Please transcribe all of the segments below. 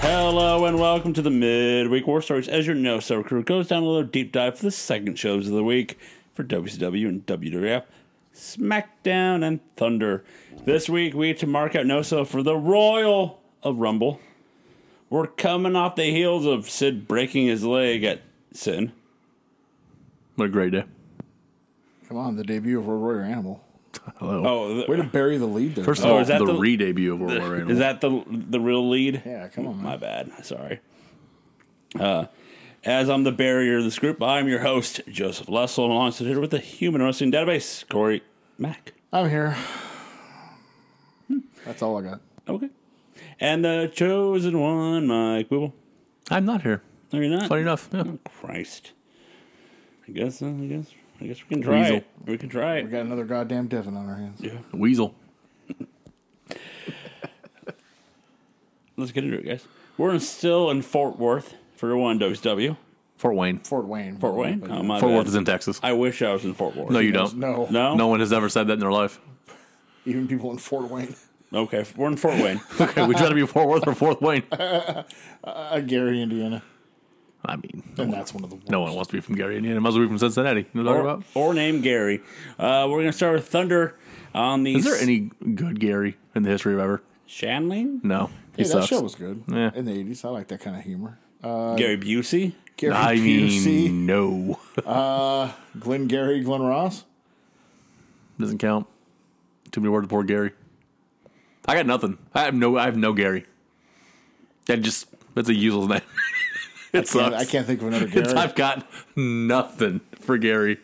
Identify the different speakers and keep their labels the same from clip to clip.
Speaker 1: Hello and welcome to the Midweek War Stories. As your no so crew goes down a little deep dive for the second shows of the week for WCW and WWF, SmackDown and Thunder. This week we get to mark out no so for the Royal of Rumble. We're coming off the heels of Sid breaking his leg at Sin.
Speaker 2: What a great day.
Speaker 3: Come on, the debut of a Royal Animal.
Speaker 2: Hello.
Speaker 1: Oh, the,
Speaker 3: Way to bury the lead there.
Speaker 2: First of
Speaker 1: oh,
Speaker 2: all,
Speaker 1: is that
Speaker 2: the,
Speaker 1: the-
Speaker 2: re-debut of World War Animal.
Speaker 1: is that the the real lead?
Speaker 3: yeah, come on,
Speaker 1: My
Speaker 3: man.
Speaker 1: bad. Sorry. Uh, as I'm the barrier of this group, I'm your host, Joseph Lessel, and alongside here with the Human Wrestling Database, Corey Mack.
Speaker 3: I'm here. That's all I got.
Speaker 1: Okay. And the chosen one, Mike Booble.
Speaker 2: I'm not here.
Speaker 1: No, you're not.
Speaker 2: Funny enough. Yeah.
Speaker 1: Christ. I guess, uh, I guess, I guess we can try
Speaker 2: Weasel.
Speaker 1: it. We can try
Speaker 3: We
Speaker 1: it.
Speaker 3: got another goddamn Devin on our hands.
Speaker 2: Weasel.
Speaker 1: Let's get into it, guys. We're in- still in Fort Worth for one WCW.
Speaker 2: Fort Wayne. Fort,
Speaker 3: Fort Wayne.
Speaker 1: Fort Wayne. Oh, my bad.
Speaker 2: Worth is in Texas.
Speaker 1: I wish I was in Fort Worth.
Speaker 2: no, you don't.
Speaker 3: No,
Speaker 1: No?
Speaker 2: No one has ever said that in their life.
Speaker 3: Even people in Fort Wayne.
Speaker 1: Okay, we're in Fort Wayne.
Speaker 2: Okay, we try to be Fort Worth or Fort Wayne.
Speaker 3: Uh, Gary, Indiana.
Speaker 2: I mean,
Speaker 3: And that's one of the worst.
Speaker 2: no one wants to be from Gary, Indiana. Might as well be from Cincinnati. You know what I'm
Speaker 1: or,
Speaker 2: talking about?
Speaker 1: or named Gary. Uh, we're gonna start with Thunder on the
Speaker 2: Is there any good Gary in the history of ever?
Speaker 1: Shanling?
Speaker 2: No. He
Speaker 3: Hey, that
Speaker 2: sucks.
Speaker 3: show was good.
Speaker 2: Yeah.
Speaker 3: In the 80s. I like that kind of humor.
Speaker 2: Uh,
Speaker 1: Gary Busey?
Speaker 3: Gary
Speaker 2: I
Speaker 3: Busey.
Speaker 2: mean, no.
Speaker 3: Glenn Gary, Glenn Ross.
Speaker 2: Doesn't count. Too many words, poor Gary. I got nothing. I have no. I have no Gary. That just that's a useless name. it
Speaker 3: Can't-
Speaker 2: sucks.
Speaker 3: I can't think of another
Speaker 2: It's-
Speaker 3: Gary.
Speaker 2: I've got nothing for Gary.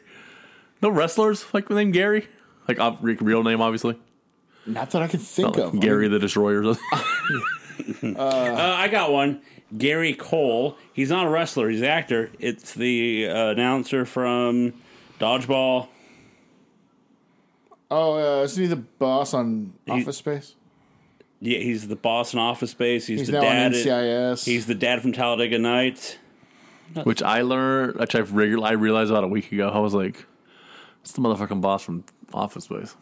Speaker 2: No wrestlers like the name Gary. Like ob- re- real name, obviously.
Speaker 3: Not that I can think
Speaker 2: Not like
Speaker 3: of.
Speaker 2: Gary the Destroyer. or something.
Speaker 1: Uh, I got one. Gary Cole. He's not a wrestler. He's an actor. It's the uh, announcer from Dodgeball.
Speaker 3: Oh, uh, isn't he the boss on Office Space?
Speaker 1: Yeah, he's the boss in Office Space. He's,
Speaker 3: He's
Speaker 1: the
Speaker 3: now on
Speaker 1: dad. in-
Speaker 3: NCIS.
Speaker 1: he's the dad from Talladega Nights.
Speaker 2: which I learned, which I've regular, I realized about a week ago. I was like, "It's the motherfucking boss from Office Space."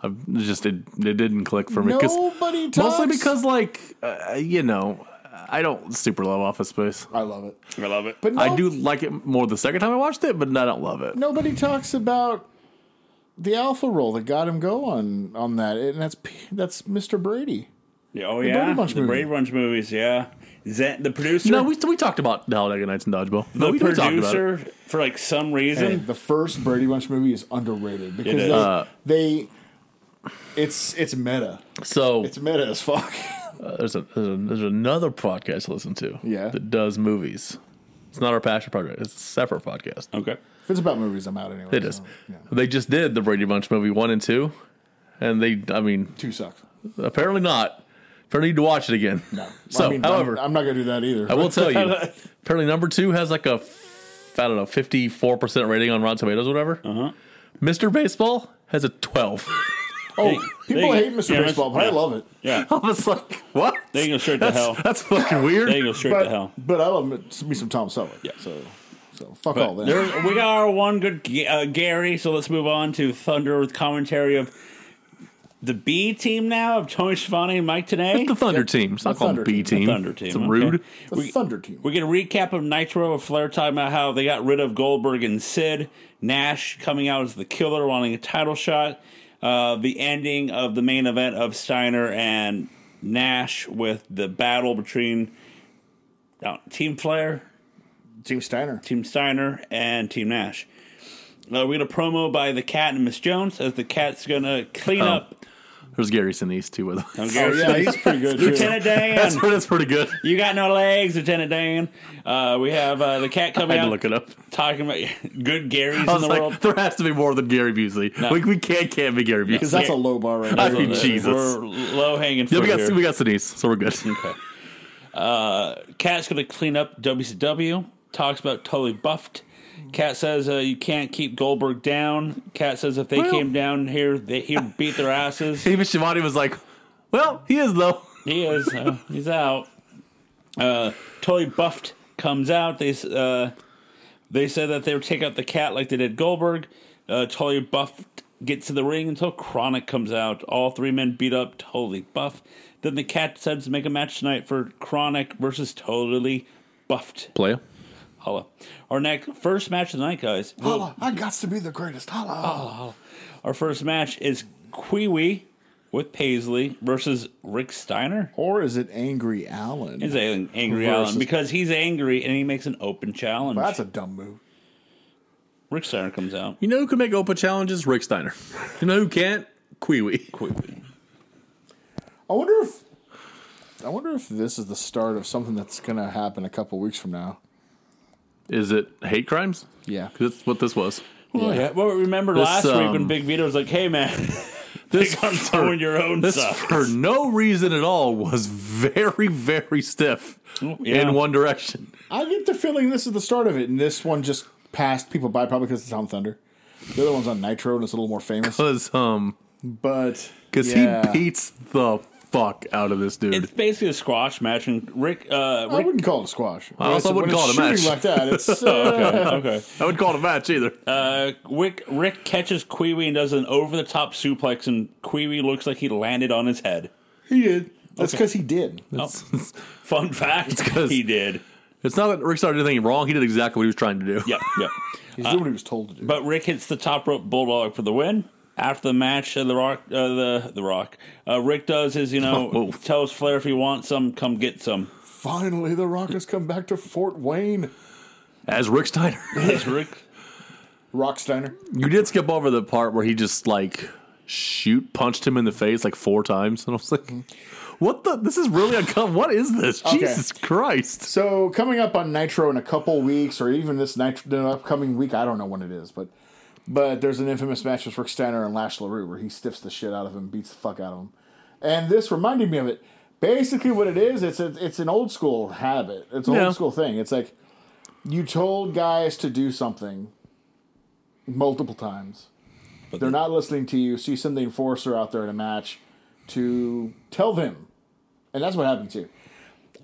Speaker 2: I've it just it, it didn't click for me
Speaker 3: Nobody talks.
Speaker 2: mostly because like uh, you know I don't super love Office Space.
Speaker 3: I love it.
Speaker 1: I love it.
Speaker 3: But no,
Speaker 2: I do like it more the second time I watched it, but I don't love it.
Speaker 3: nobody talks about the alpha role that got him go on on that, and that's that's Mr. Brady.
Speaker 1: Yeah, oh yeah,
Speaker 3: Brady Bunch
Speaker 1: the
Speaker 3: movie.
Speaker 1: Brady Bunch movies. Yeah, Zen, the producer.
Speaker 2: No, we we talked about Talladega Nights and Dodgeball. No,
Speaker 1: the
Speaker 2: we did talk about it.
Speaker 1: producer for like some
Speaker 3: Hey,
Speaker 1: reason.
Speaker 3: the first Brady Bunch movie is underrated because
Speaker 1: is.
Speaker 3: they,
Speaker 2: Uh,
Speaker 3: they it's it's meta.
Speaker 2: So
Speaker 3: It's meta as fuck.
Speaker 2: uh, there's a, there's a there's another podcast to listen to.
Speaker 3: Yeah.
Speaker 2: that does movies. It's not our passion project. It's a separate podcast.
Speaker 1: Okay,
Speaker 3: if it's about movies, I'm out anyway.
Speaker 2: It is.
Speaker 3: so, yeah.
Speaker 2: They just did the Brady Bunch movie one and two, and they I mean
Speaker 3: Two sucks.
Speaker 2: apparently not. Apparently, you need to watch it again.
Speaker 3: No.
Speaker 2: So,
Speaker 3: I mean,
Speaker 2: however,
Speaker 3: I'm, I'm not gonna do that either.
Speaker 2: I will tell you. apparently, number two has like a f- I don't know fifty four percent rating on Rotten Tomatoes, or whatever. Uh-huh. Mister Baseball has a twelve.
Speaker 3: Oh,
Speaker 1: They-
Speaker 3: people
Speaker 1: they-
Speaker 3: hate Mr.
Speaker 1: yeah,
Speaker 3: Baseball, but I
Speaker 1: yeah.
Speaker 3: love it.
Speaker 1: yeah,
Speaker 2: I was like, what?
Speaker 1: They can go straight to
Speaker 2: that's,
Speaker 1: hell.
Speaker 2: That's fucking weird.
Speaker 1: they go straight
Speaker 3: But,
Speaker 1: to hell.
Speaker 3: but I love it- me some Tom Selleck.
Speaker 1: Yeah.
Speaker 3: So so fuck all that.
Speaker 1: There, we got our one good G- uh, Gary, so let's move on to Thunder with commentary of the B team now of Tony Schiavone and Mike today.
Speaker 2: the Thunder team. It's not
Speaker 3: The
Speaker 2: called
Speaker 3: Thunder
Speaker 2: B
Speaker 3: team.
Speaker 2: team.
Speaker 1: Thunder team.
Speaker 2: It's
Speaker 1: okay.
Speaker 2: rude.
Speaker 3: the
Speaker 1: We,
Speaker 3: Thunder team.
Speaker 1: we get a recap of Nitro of Flair talking about how they got rid of Goldberg and Sid. Nash coming out as the killer, wanting a title shot. Uh, the ending of the main event of Steiner and Nash with the battle between uh, Team Flair
Speaker 3: Team Steiner.
Speaker 1: Team Steiner, and Team Nash. Uh, we get a promo by the Cat and Miss Jones as the Cat's gonna clean up
Speaker 2: There's Gary Sinise too with
Speaker 1: on
Speaker 2: us.
Speaker 3: Oh
Speaker 1: Gary's-
Speaker 3: yeah, he's pretty good. too.
Speaker 1: Lieutenant Dan.
Speaker 2: That's, that's pretty good.
Speaker 1: you got no legs, Lieutenant Dan. Uh, we have uh, the Cat
Speaker 2: I
Speaker 1: coming
Speaker 2: had to
Speaker 1: out
Speaker 2: look it up.
Speaker 1: talking about good Garys in
Speaker 2: I was
Speaker 1: the
Speaker 2: like,
Speaker 1: world.
Speaker 2: there has to be more than Gary Busey. We, we can't can't be Gary Busey.
Speaker 3: Because that's a low bar right
Speaker 2: I
Speaker 3: there.
Speaker 2: mean, Jesus.
Speaker 1: uh, We're low hanging
Speaker 2: yeah,
Speaker 1: fruit
Speaker 2: we got
Speaker 1: here.
Speaker 2: we got Sinise, so we're good.
Speaker 1: Okay. Uh, Cat's going to clean up WCW. Talks about totally buffed. Cat says uh, you can't keep Goldberg down. Cat says if they
Speaker 2: Well-
Speaker 1: came down here, they, he'd beat their asses.
Speaker 2: Even Shivani was like, "Well, he is though."
Speaker 1: He is. Uh, he's out. Uh, Toy Buffed comes out. They s- uh, they said that they would take out the cat like they did Goldberg. Uh, Toy Buffed gets to the ring until Chronic comes out. All three men beat up, totally buff. Then the cat decides to make a match tonight for Chronic versus totally buffed.
Speaker 2: Playa.
Speaker 1: Holla. Our next first match of the night, guys.
Speaker 3: Holla, I got to be the greatest. Holla.
Speaker 1: Our first match is Kiwi with Paisley versus Rick Steiner.
Speaker 3: Or is it Angry Allen?
Speaker 1: He's an angry
Speaker 3: Versus-
Speaker 1: Allen because he's angry and he makes an open challenge.
Speaker 3: That's a dumb move.
Speaker 1: Rick Steiner comes out.
Speaker 2: You know who can make open challenges? Rick Steiner. You know who can't? Queewee.
Speaker 1: Kiwi.
Speaker 3: I wonder if I wonder if this is the start of something that's gonna happen a couple weeks from now.
Speaker 2: Is it hate crimes?
Speaker 3: Yeah.
Speaker 2: 'Cause that's what this was.
Speaker 1: Well, yeah. Well, remember
Speaker 2: This,
Speaker 1: last week when
Speaker 2: um,
Speaker 1: Big Vito was like, "Hey, man,
Speaker 2: This
Speaker 1: pick on someone your own
Speaker 2: This
Speaker 1: sucks."
Speaker 2: for no reason at all was very very stiff
Speaker 1: yeah.
Speaker 2: in one direction.
Speaker 3: I get the feeling this is the start of it, and this one just passed people by probably because it's on Thunder. The other one's on Nitro and it's a little more famous.
Speaker 2: Cause um,
Speaker 3: But
Speaker 2: cause
Speaker 3: yeah.
Speaker 2: he beats the fuck out of this dude.
Speaker 1: It's basically a squash match, and Rick. Uh,
Speaker 3: I
Speaker 1: Rick
Speaker 3: wouldn't call it a squash. I
Speaker 2: also wouldn't call it a match.
Speaker 3: Like that, it's uh,
Speaker 1: okay.
Speaker 2: I would call it a match either.
Speaker 1: Uh, Rick, Rick catches Kiwi and does an over-the-top suplex, and Kiwi looks like he landed on his head.
Speaker 3: he did. That's because he did.
Speaker 2: It's,
Speaker 1: Fun fact:
Speaker 2: 'cause-
Speaker 1: he did.
Speaker 2: it's not that Rick Steiner did anything wrong. He did exactly what he was trying to do.
Speaker 1: Yep, yep.
Speaker 3: He's
Speaker 2: Uh,
Speaker 3: doing what he was told to do.
Speaker 1: But Rick hits the top rope bulldog for the win. After the match, uh, the Rock, uh, the the Rock, uh, Rick does his, you know,
Speaker 2: Whoa.
Speaker 1: tells Flair if he wants some, come get some.
Speaker 3: Finally, the Rock has come back to Fort Wayne.
Speaker 2: As Rick Steiner,
Speaker 1: That's Rick.
Speaker 3: Rocksteiner.
Speaker 2: you did skip over the part where he just like shoot punched him in the face like four times, and I was like, "What the? This is really uncomfortable. What is this?
Speaker 3: Mm-hmm. Okay.
Speaker 2: Jesus Christ!"
Speaker 3: So coming up on Nitro in a couple weeks, or even this Nitro the upcoming week, I don't know when it is, but but there's an infamous match with Rick Steiner and Lash LaRue where he stiffs the shit out of him, beats the fuck out of him, and this reminded me of it. Basically, what it is, it's a, it's an old school habit. It's an
Speaker 2: Yeah.
Speaker 3: old school thing. It's like you told guys to do something multiple times. But they're not listening to you, so you send the enforcer out there in a match to tell them. And that's what happened too.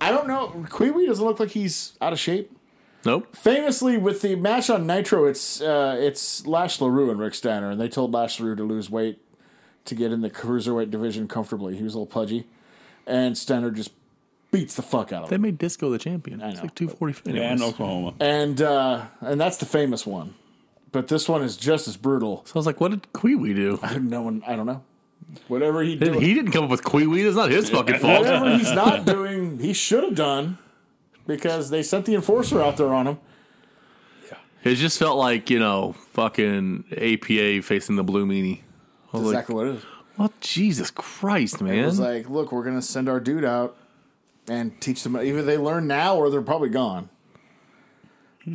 Speaker 3: I don't know. Kiwi doesn't look like he's out of shape.
Speaker 2: Nope.
Speaker 3: Famously, with the match on Nitro, it's uh, it's Lash LaRue and Rick Steiner, and they told Lash LaRue to lose weight to get in the cruiserweight division comfortably. He was a little pudgy, and Steiner just beats the fuck out of
Speaker 2: They
Speaker 3: him.
Speaker 2: made Disco the champion.
Speaker 3: I
Speaker 2: It's
Speaker 3: know.
Speaker 2: like two forty five.
Speaker 1: Yeah, in Oklahoma.
Speaker 3: And uh, and that's the famous one, but this one is just as brutal.
Speaker 2: So I was like, "What did Queewee do?
Speaker 3: No one, I don't know. Whatever he did,
Speaker 2: He didn't come up with Queewee. It's not his fucking fault."
Speaker 3: whatever he's not doing, he should have done because they sent the enforcer out there on him.
Speaker 2: It just felt like you know, fucking APA facing the Blue Meanie. I was
Speaker 3: exactly what it is.
Speaker 2: like, "Well, Jesus Christ,
Speaker 3: It
Speaker 2: man!"
Speaker 3: was like, look, we're gonna send our dude out and teach them. Either they learn now or they're probably gone.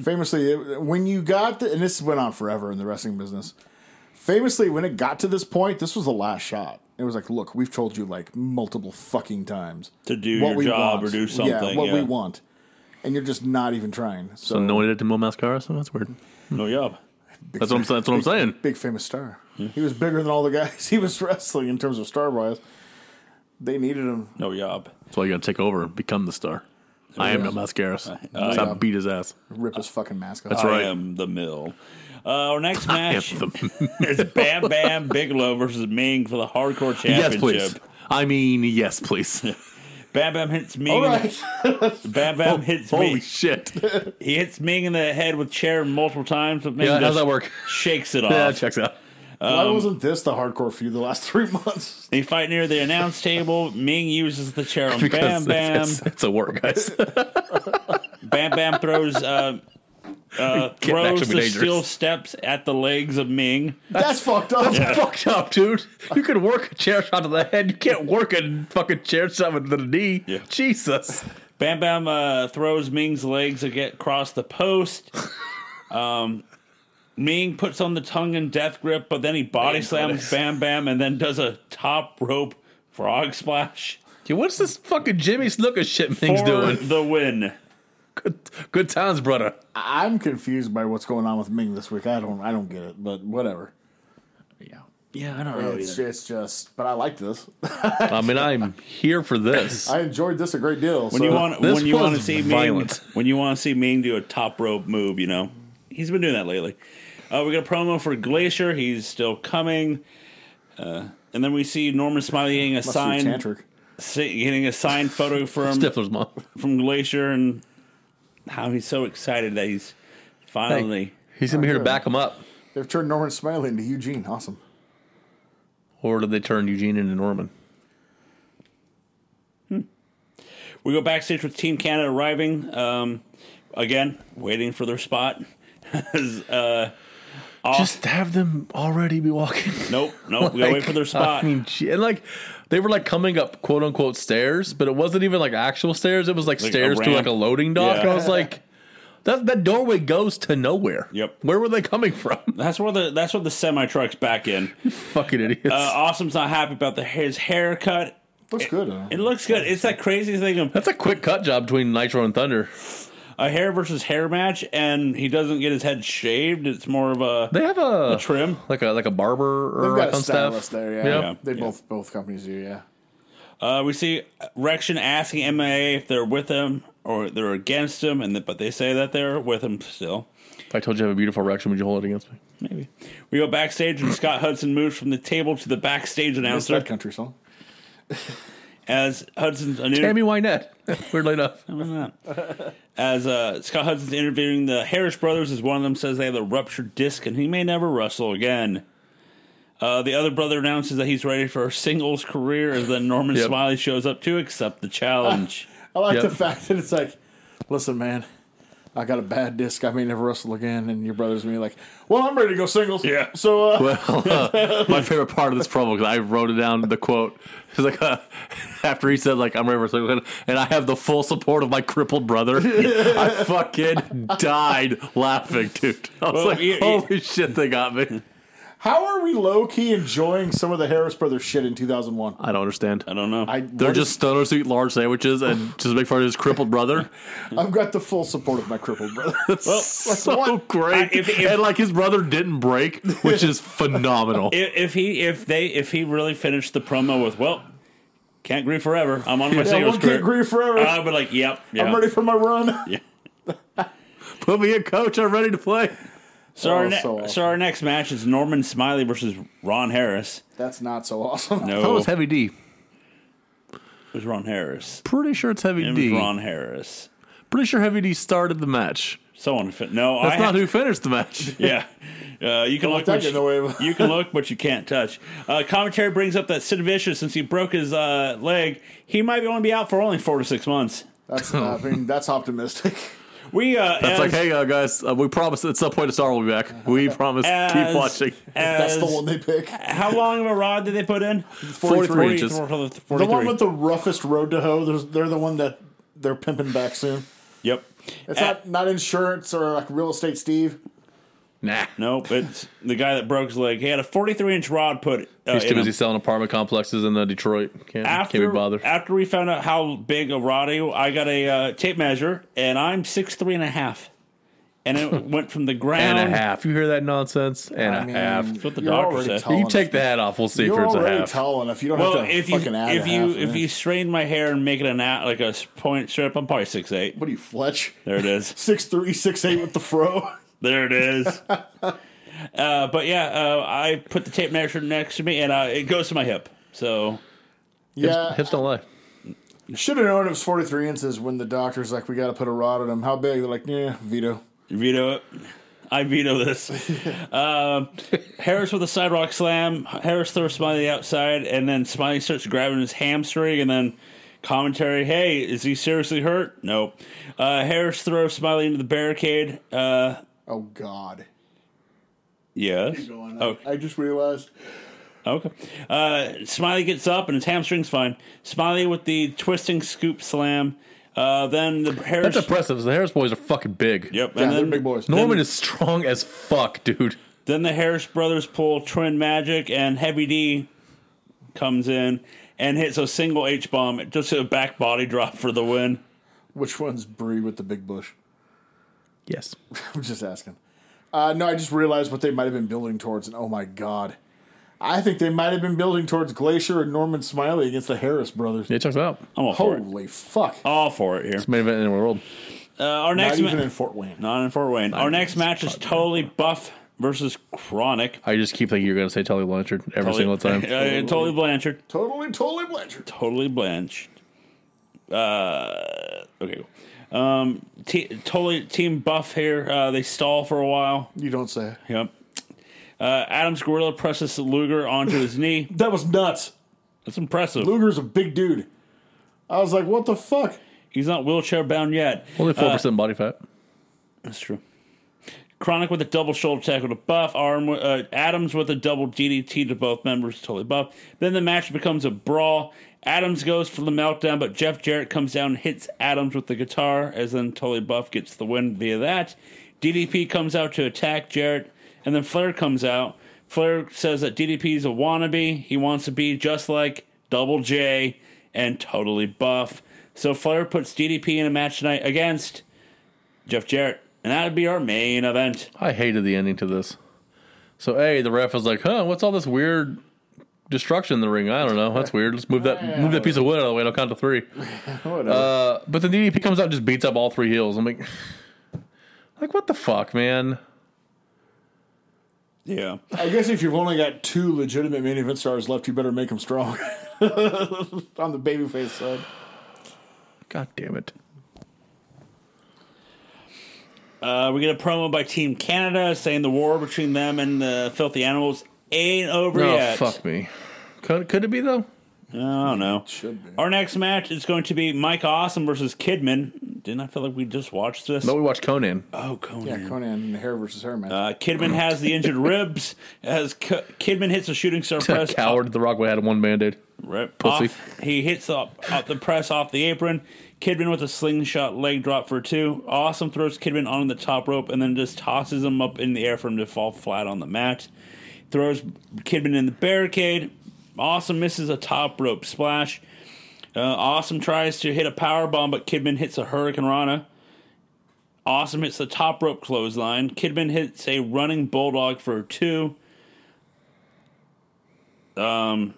Speaker 3: Famously, it- when you got the, and this went on forever in the wrestling business. Famously, when it got to this point, this was the last shot. It was like, look, we've told you like multiple fucking times
Speaker 1: To do your job or do
Speaker 3: Yeah,
Speaker 1: something,
Speaker 3: what we
Speaker 1: yeah.
Speaker 3: want, and you're just not even trying. So,
Speaker 2: so no one did it to Mo Mascara. So that's weird.
Speaker 1: No job.
Speaker 2: That's what I'm. That's what I'm saying.
Speaker 3: big famous star. He was bigger than all the guys he was wrestling in terms of star wise. They needed him.
Speaker 1: No job.
Speaker 2: That's why you got to take over and become the star. I am no Mascaras. so I beat his ass.
Speaker 3: Rip his fucking mask off.
Speaker 2: That's right.
Speaker 1: I am the mill. Uh, our next
Speaker 2: I am
Speaker 1: match
Speaker 2: the-
Speaker 1: is Bam Bam Bigelow versus Ming for the Hardcore
Speaker 2: yes,
Speaker 1: Championship.
Speaker 2: please. I mean, yes, please.
Speaker 1: Bam Bam hits Ming.
Speaker 3: All
Speaker 1: in the-
Speaker 3: right.
Speaker 1: Bam Bam hits
Speaker 2: Holy
Speaker 1: Ming.
Speaker 2: shit!
Speaker 1: He hits Ming in the head with chair multiple times, but Ming
Speaker 2: Yeah, how's
Speaker 1: just
Speaker 2: that work?
Speaker 1: shakes it off.
Speaker 2: Yeah, checks out.
Speaker 3: Why wasn't this the hardcore feud the last three months?
Speaker 1: They fight near the announce table. Ming uses the chair on Bam
Speaker 2: Because
Speaker 1: Bam.
Speaker 2: It's, it's a work, guys.
Speaker 1: Bam Bam throws uh, uh, throws
Speaker 2: actually be
Speaker 1: the
Speaker 2: dangerous.
Speaker 1: steel steps at the legs of Ming.
Speaker 3: That's fucked up.
Speaker 2: fucked up, dude. You can work a chair shot to the head. You can't work a fucking chair shot with the knee.
Speaker 1: Yeah.
Speaker 2: Jesus.
Speaker 1: Bam Bam uh, throws Ming's legs aga- across the post. Um, Ming puts on the tongue and death grip, but then he body slams Bam Bam and then does a top rope frog splash
Speaker 2: Yeah, what's this fucking Jimmy Snooker shit thing's
Speaker 1: for
Speaker 2: doing?
Speaker 1: the win.
Speaker 2: Good, good times, brother.
Speaker 3: I'm confused by what's going on with Ming this week. I don't I don't get it, but whatever.
Speaker 2: Yeah. Yeah, I don't know.
Speaker 3: It's, it's just but I like this.
Speaker 2: I mean, I'm here for this.
Speaker 3: I enjoyed this a great deal.
Speaker 1: When you want,
Speaker 2: this
Speaker 1: when you want to
Speaker 2: was
Speaker 1: see Ming,
Speaker 2: violent.
Speaker 1: when you want to see Ming do a top rope move, you know he's been doing that lately. Uh, we got a promo for Glacier. He's still coming. Uh, and then we see Norman Smiley getting a
Speaker 3: Sign.
Speaker 1: signed,
Speaker 3: Tantric.
Speaker 1: si- getting a signed photo from
Speaker 2: Stifler's mom.
Speaker 1: from Glacier, and how he's so excited that he's finally.
Speaker 2: He's gonna be here to
Speaker 3: good.
Speaker 2: back him up.
Speaker 3: They've turned Norman Smiley into Eugene. Awesome.
Speaker 2: Or did they turn Eugene into Norman?
Speaker 1: We go backstage with Team Canada arriving. Um, again, waiting for their spot. uh,
Speaker 2: Just have them already be walking.
Speaker 1: nope, nope. Oh, we gotta wait for their spot.
Speaker 2: I mean, gee, and like they were like coming up quote unquote stairs, but it wasn't even like actual stairs. It was like,
Speaker 1: Like a
Speaker 2: stairs to like
Speaker 1: ramp.
Speaker 2: a loading dock.
Speaker 1: Yeah.
Speaker 2: And I was like, that that doorway goes to nowhere.
Speaker 1: Yep.
Speaker 2: Where were they coming from?
Speaker 1: that's where the that's where the semi truck's back in.
Speaker 2: Fucking idiots.
Speaker 1: Uh, Awesome's not happy about the his haircut.
Speaker 3: Looks good. uh, Though.
Speaker 1: It looks good. It's that crazy thing of
Speaker 2: That's a quick cut job between Nitro and Thunder.
Speaker 1: a hair versus hair match, and he doesn't get his head shaved. It's more of a
Speaker 2: They have a,
Speaker 1: trim.
Speaker 2: like a like a barber
Speaker 3: They've
Speaker 2: or
Speaker 3: got
Speaker 2: like
Speaker 3: a
Speaker 2: on staff.
Speaker 3: stylist there. Yeah.
Speaker 2: Yeah.
Speaker 3: They
Speaker 1: Yeah.
Speaker 3: both both companies do. Yeah.
Speaker 1: Uh, we see Rection asking MIA if they're with him or they're against him, and th- but they say that they're with him still.
Speaker 2: If I told you I have a beautiful erection, would you hold it against me?
Speaker 1: Maybe we go backstage, and Scott Hudson moves from the table to the backstage
Speaker 3: That's
Speaker 1: announcer
Speaker 3: that country song.
Speaker 1: as Hudson's a new
Speaker 2: Tammy Wynette. Weirdly enough.
Speaker 1: Why not? As uh, Scott Hudson's interviewing the Harris brothers, as one of them says they have a ruptured disc and he may never wrestle again. Uh, the other brother announces that he's ready for a singles career, as then Norman
Speaker 2: Yep.
Speaker 1: Smiley shows up to accept the challenge.
Speaker 3: I like
Speaker 2: Yep.
Speaker 3: the fact that it's like, listen, man, I got a bad disc. I may never wrestle again. And your brother's gonna be like, well, I'm ready to go singles.
Speaker 1: Yeah.
Speaker 3: So uh,
Speaker 2: Well, my favorite part of this promo because I wrote it down the quote. It's like uh, after he said like I'm ready for something, and I have the full support of my crippled brother. I fucking died laughing, dude. I was
Speaker 1: Well,
Speaker 2: like,
Speaker 1: you- you-
Speaker 2: holy shit, they got me.
Speaker 3: how are we low key enjoying some of the Harris Brothers shit in 2001?
Speaker 2: I don't understand.
Speaker 1: I don't know.
Speaker 3: I
Speaker 2: They're
Speaker 3: what is-
Speaker 2: just stoners who eat large sandwiches and just make fun of his crippled brother.
Speaker 3: I've got the full support of my crippled brother.
Speaker 2: Well, so great,
Speaker 1: I- if- if-
Speaker 2: and like his brother didn't break, which is phenomenal.
Speaker 1: if, if he if they if he really finished the promo with well, can't grieve forever. I'm on my
Speaker 3: yeah,
Speaker 1: singles
Speaker 3: one can't
Speaker 1: career.
Speaker 3: grieve forever.
Speaker 1: I'd be like, yep, Uh, yeah.
Speaker 3: I'm ready for my run.
Speaker 2: Put me in, coach. I'm ready to play.
Speaker 1: So, our
Speaker 3: Oh,
Speaker 1: ne-
Speaker 3: so
Speaker 1: so,
Speaker 3: awesome.
Speaker 1: our next match is Norman Smiley versus Ron Harris.
Speaker 3: That's not so awesome.
Speaker 1: No,
Speaker 2: That was
Speaker 1: it
Speaker 2: Heavy D.
Speaker 1: was Ron Harris.
Speaker 2: Pretty sure it's Heavy
Speaker 1: It was
Speaker 2: D.
Speaker 1: Ron Harris.
Speaker 2: Pretty sure Heavy D started the match.
Speaker 1: Someone fit. No,
Speaker 2: That's
Speaker 1: I
Speaker 2: not
Speaker 1: ha-
Speaker 2: who finished the match.
Speaker 1: Yeah, uh, you can look.
Speaker 3: that
Speaker 1: But
Speaker 3: get in the way of-
Speaker 1: you, you can look, but you can't touch. Uh, commentary brings up that Sid Vicious, since he broke his uh, leg, he might only be out for only four to six months.
Speaker 3: That's I mean that's optimistic.
Speaker 1: We uh,
Speaker 2: It's like, hey uh, guys, uh, we promise at some point a star will be back. We promise. Keep watching.
Speaker 3: That's the one they pick.
Speaker 1: How long of a rod did they put in?
Speaker 2: 43 inches.
Speaker 1: Forty- forty-three.
Speaker 3: The one with the roughest road to hoe. There's, they're the one that they're pimping back soon.
Speaker 1: yep.
Speaker 3: It's
Speaker 1: Uh,
Speaker 3: not not insurance or like real estate, Steve.
Speaker 2: Nah.
Speaker 1: Nope, it's the guy that broke his leg. He had a 43 inch rod put. Uh,
Speaker 2: He's
Speaker 1: in
Speaker 2: too
Speaker 1: him.
Speaker 2: busy selling apartment complexes in uh, Detroit. Can't,
Speaker 1: after,
Speaker 2: can't be bothered.
Speaker 1: After we found out how big a rod I, I got a uh, tape measure, and I'm six three and a half, and it went from the ground.
Speaker 2: and a half. You hear that nonsense? And a
Speaker 3: mean,
Speaker 2: half.
Speaker 1: That's what the
Speaker 3: you're
Speaker 1: doctor
Speaker 3: already
Speaker 1: said.
Speaker 3: tall
Speaker 2: you
Speaker 3: enough.
Speaker 2: take the hat off. We'll see if
Speaker 3: You're
Speaker 2: it's a
Speaker 3: already
Speaker 2: half.
Speaker 3: tall enough. You don't
Speaker 1: Well,
Speaker 3: have to
Speaker 1: if you
Speaker 3: fucking add
Speaker 1: if
Speaker 3: a
Speaker 1: you
Speaker 3: half,
Speaker 1: if
Speaker 3: man.
Speaker 1: you strain my hair and make it an out like a s- point strip, I'm probably six eight.
Speaker 3: what are you, Fletch?
Speaker 1: There it is.
Speaker 3: Six three, six eight with the fro.
Speaker 1: There it is. uh, but yeah, uh, I put the tape measure next to me, and uh, it goes to my hip. So
Speaker 3: Yeah,
Speaker 2: Hips don't lie.
Speaker 3: should have known it was forty three inches when the doctor's like, "We got to put a rod in him." How big? They're like, "Yeah, veto."
Speaker 1: veto it. I veto this. um, Harris with a sidewalk slam. Harris throws Smiley outside, and then Smiley starts grabbing his hamstring, and then commentary: "Hey, is he seriously hurt? No." Uh, Harris throws Smiley into the barricade. Uh,
Speaker 3: Oh God.
Speaker 1: yes.
Speaker 3: Oh. I just realized.
Speaker 1: Okay. Uh, Smiley gets up, and his hamstring's fine. Smiley with the twisting scoop slam. Uh, then the Harris.
Speaker 2: That's impressive. The Harris boys are fucking big.
Speaker 1: Yep,
Speaker 3: Yeah,
Speaker 1: and
Speaker 3: they're
Speaker 1: then
Speaker 3: big boys.
Speaker 2: Norman is strong as fuck, dude.
Speaker 1: Then the Harris brothers pull Twin Magic, and Heavy D comes in and hits a single H bomb, just a back body drop for the win.
Speaker 3: Which one's Bree with the big bush?
Speaker 2: Yes.
Speaker 3: I'm just asking. Uh, no, I just realized what they might have been building towards, and oh my god, I think they might have been building towards Glacier and Norman Smiley against the Harris brothers.
Speaker 2: Yeah, check it out.
Speaker 1: I'm all for it.
Speaker 3: Holy fuck!
Speaker 1: All for it here.
Speaker 2: Main event in the world.
Speaker 1: Uh, our
Speaker 3: Not
Speaker 1: next
Speaker 3: even
Speaker 1: ma-
Speaker 3: in Fort Wayne.
Speaker 1: not in Fort Wayne. Our next match is totally buff versus Chronic.
Speaker 2: I just keep thinking you're going to say Tully Blanchard every single time.
Speaker 1: totally. Blanchard.
Speaker 3: Totally, totally Blanchard.
Speaker 1: Totally Blanchard. Uh, okay. cool. Um, t- totally team buff here. Uh, they stall for a while.
Speaker 3: You don't say.
Speaker 1: Yep. Uh, Adams Gorilla presses Luger onto his knee.
Speaker 3: That was nuts.
Speaker 1: That's impressive.
Speaker 3: Luger's a big dude. I was like, what the fuck?
Speaker 1: He's not wheelchair bound yet.
Speaker 2: Only 4% body fat.
Speaker 1: That's true. Chronic with a double shoulder tackle to Buff. Arm, uh, Adams with a double DDT to both members, totally Buff. Then the match becomes a brawl. Adams goes for the meltdown, but Jeff Jarrett comes down and hits Adams with the guitar, as then totally Buff gets the win via that. DDP comes out to attack Jarrett, and then Flair comes out. Flair says that DDP's a wannabe. He wants to be just like Double J and totally Buff. So Flair puts DDP in a match tonight against Jeff Jarrett, and that'd be our main event.
Speaker 2: I hated the ending to this. So, A, the ref was like, huh, what's all this weird destruction in the ring? I don't know. That's weird. Let's move that move that piece of wood out of the way and I'll count to three.
Speaker 3: Whatever.
Speaker 2: Uh, but then DDP comes out and just beats up all three heels. I'm like, like what the fuck, man?
Speaker 1: Yeah.
Speaker 3: I guess if you've only got two legitimate main event stars left, you better make them strong. On the babyface side.
Speaker 2: God damn it.
Speaker 1: Uh, we get a promo by Team Canada saying the war between them and the Filthy Animals ain't over
Speaker 2: Oh,
Speaker 1: yet.
Speaker 2: fuck me. Could, could it be, though?
Speaker 1: I don't know.
Speaker 3: Should be.
Speaker 1: Our next match is going to be Mike Awesome versus Kidman. Didn't I feel like we just watched this?
Speaker 2: No, we watch Conan.
Speaker 1: Oh, Conan.
Speaker 3: Yeah, Conan and hair versus hair match.
Speaker 1: Uh, Kidman has the injured ribs as K- Kidman hits a shooting star press.
Speaker 2: Coward. The Rock had one band aid.
Speaker 1: Right,
Speaker 2: Pussy.
Speaker 1: Off, he hits up, up the press off the apron. Kidman with a slingshot leg drop for two. Awesome throws Kidman on the top rope and then just tosses him up in the air for him to fall flat on the mat. Throws Kidman in the barricade. Awesome misses a top rope splash. Uh, awesome tries to hit a power bomb, but Kidman hits a Hurricane Rana. Awesome hits the top rope clothesline. Kidman hits a running bulldog for two. Um,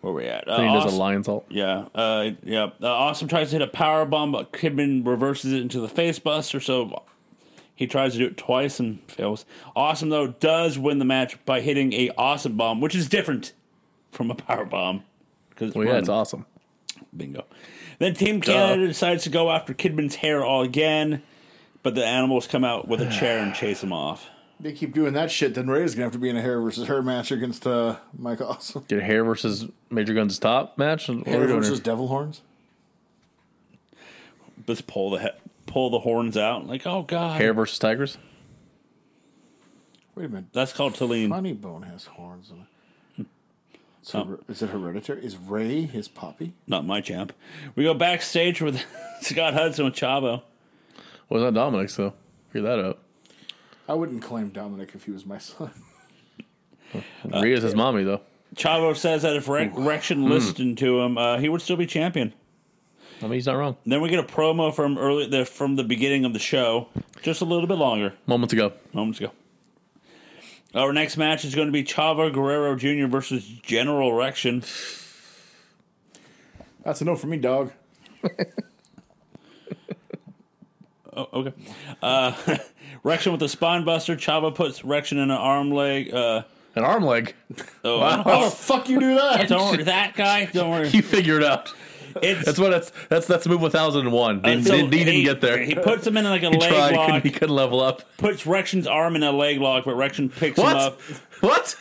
Speaker 1: Where we at? Uh,
Speaker 2: Then he does
Speaker 1: Awesome-
Speaker 2: a lion salt.
Speaker 1: yeah, uh, yeah. Uh, awesome tries to hit a power bomb, but Kidman reverses it into the face buster. So he tries to do it twice and fails. Awesome though does win the match by hitting a awesome bomb, which is different from a power bomb. Because
Speaker 2: Well, yeah, it's awesome.
Speaker 1: bingo. Then Team Canada decides to go after Kidman's hair all again, but the animals come out with a chair and chase him off.
Speaker 3: they keep doing that shit, then Ray's gonna have to be in a hair versus hair match against uh, Mike Awesome.
Speaker 2: Did Hair versus Major Guns top match? What are
Speaker 3: Hair
Speaker 2: we doing
Speaker 3: versus
Speaker 2: here?
Speaker 3: Devil Horns.
Speaker 1: Just pull the he- pull the horns out. Like oh god,
Speaker 2: Hair versus Tigers?
Speaker 3: Wait a minute.
Speaker 1: that's called Tilling.
Speaker 3: Funny Bone has horns on it. Hmm. So, Is it hereditary? Is Ray his poppy?
Speaker 1: Not my champ. We go backstage with Scott Hudson with Chavo.
Speaker 2: Was that Dominic? So hear that out.
Speaker 3: I wouldn't claim Dominic if he was my son.
Speaker 1: Uh,
Speaker 2: Rhea's his mommy though.
Speaker 1: Chavo says that if Re- Rection listened to him, uh, he would still be champion.
Speaker 2: I mean, he's not wrong.
Speaker 1: Then we get a promo from early the, from the beginning of the show, just a little bit longer,
Speaker 2: Moments ago,
Speaker 1: moments ago. Our next match is going to be Chavo Guerrero Jr. versus General Rection.
Speaker 3: That's a no for me, dog.
Speaker 1: Oh, okay. Uh, Rection with a spine buster. Chavo puts Rection in an arm leg. Uh,
Speaker 2: an arm leg.
Speaker 1: oh,
Speaker 3: How the fuck you do that?
Speaker 1: don't worry, that guy. Don't worry.
Speaker 2: You figure it out.
Speaker 1: It's
Speaker 2: That's what that's that's that's the move one thousand and one. He
Speaker 1: until
Speaker 2: didn't, he didn't
Speaker 1: he-
Speaker 2: get there.
Speaker 1: He
Speaker 2: He
Speaker 1: puts him in like a leg
Speaker 2: tried.
Speaker 1: lock.
Speaker 2: Couldn't, he couldn't level up.
Speaker 1: puts Rexon's arm in a leg lock, but Rexon picks him
Speaker 2: What?
Speaker 1: up.
Speaker 2: What?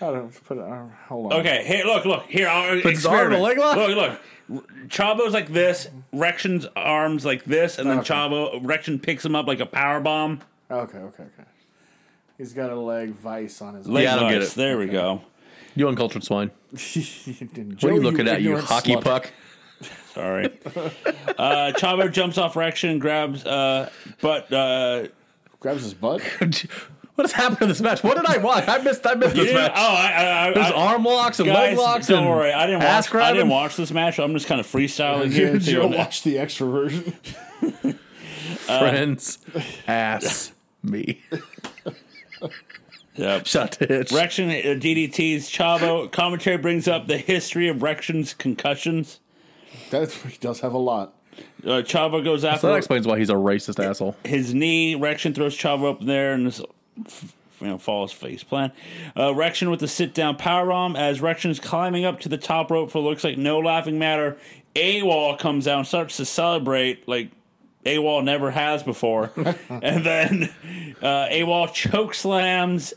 Speaker 3: I don't put it on. Hold on.
Speaker 1: Okay, here, look, look, here. I'll
Speaker 2: Puts his arm in
Speaker 1: experiment.
Speaker 2: a leg lock?
Speaker 1: Look, look. Chavo's like this. Rexon's arms like this, and then
Speaker 3: Okay.
Speaker 1: Chavo Rexon picks him up like a power bomb.
Speaker 3: Okay, okay, okay. He's got a leg vice on his
Speaker 1: Leg
Speaker 2: Yeah, I don't get
Speaker 1: locks.
Speaker 2: it.
Speaker 1: There we go.
Speaker 2: You uncultured swine.
Speaker 3: What
Speaker 2: What are you looking at? You hockey puck.
Speaker 1: Sorry. uh, Chavo jumps off Rexon, grabs, uh, but uh,
Speaker 3: Grabs his butt.
Speaker 2: what has happened in this match? What did I watch? I missed. I missed
Speaker 1: you
Speaker 2: this
Speaker 1: didn't-
Speaker 2: match.
Speaker 1: oh, I, I, I,
Speaker 2: There's
Speaker 1: I,
Speaker 2: arm locks and
Speaker 1: guys,
Speaker 2: leg locks.
Speaker 1: don't
Speaker 2: and
Speaker 1: worry. I didn't
Speaker 2: ass
Speaker 1: watch. I didn't
Speaker 2: grabbing.
Speaker 1: watch this match. I'm just kind of freestyling here. see
Speaker 3: Joe
Speaker 1: what-
Speaker 3: watched the extra version.
Speaker 1: uh,
Speaker 2: Friends, ass me.
Speaker 1: Yeah.
Speaker 2: Shut it.
Speaker 1: Rection uh, DDT's Chavo commentary brings up the history of Rection's concussions.
Speaker 3: That he does have a lot.
Speaker 1: Uh, Chavo goes
Speaker 2: So that
Speaker 1: after
Speaker 2: explains why he's a racist asshole.
Speaker 1: his knee. Rection throws Chavo up in there and this, you know, falls face plant. Uh, Rection with the sit down power bomb as Rection is climbing up to the top rope for what looks like no laughing matter. AWOL comes out and starts to celebrate like AWOL never has before. and then uh, AWOL choke slams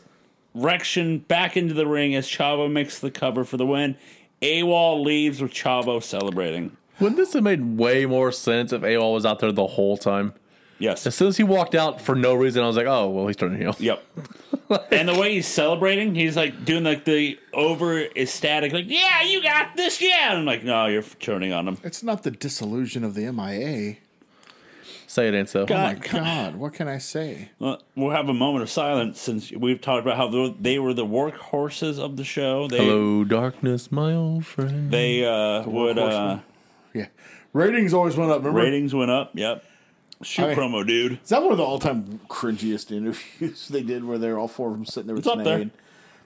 Speaker 1: Rection back into the ring as Chavo makes the cover for the win. AWOL leaves with Chavo celebrating.
Speaker 2: Wouldn't this have made way more sense if AOL was out there the whole time?
Speaker 1: Yes.
Speaker 2: As soon as he walked out for no reason, I was like, oh, well, he's turning heel.
Speaker 1: Yep. and the way he's celebrating, he's like doing like the over ecstatic, like, yeah, you got this, yeah. And I'm like, no, you're turning on him.
Speaker 3: It's not the disillusion of the MIA.
Speaker 2: Say it, Ansel.
Speaker 3: Oh
Speaker 1: God.
Speaker 3: my God, what can I say?
Speaker 1: Well, We'll have a moment of silence since we've talked about how the- they were the workhorses of the show. They
Speaker 2: Hello, darkness, my old friend.
Speaker 1: they uh, would uh,
Speaker 3: Yeah, ratings always went up. Remember?
Speaker 1: ratings went up. Yep. Shoot
Speaker 3: I-
Speaker 1: promo, dude.
Speaker 3: Is that one of the all-time cringiest interviews they did, where they're all four of them sitting there with
Speaker 1: It's up there.
Speaker 3: Sinead?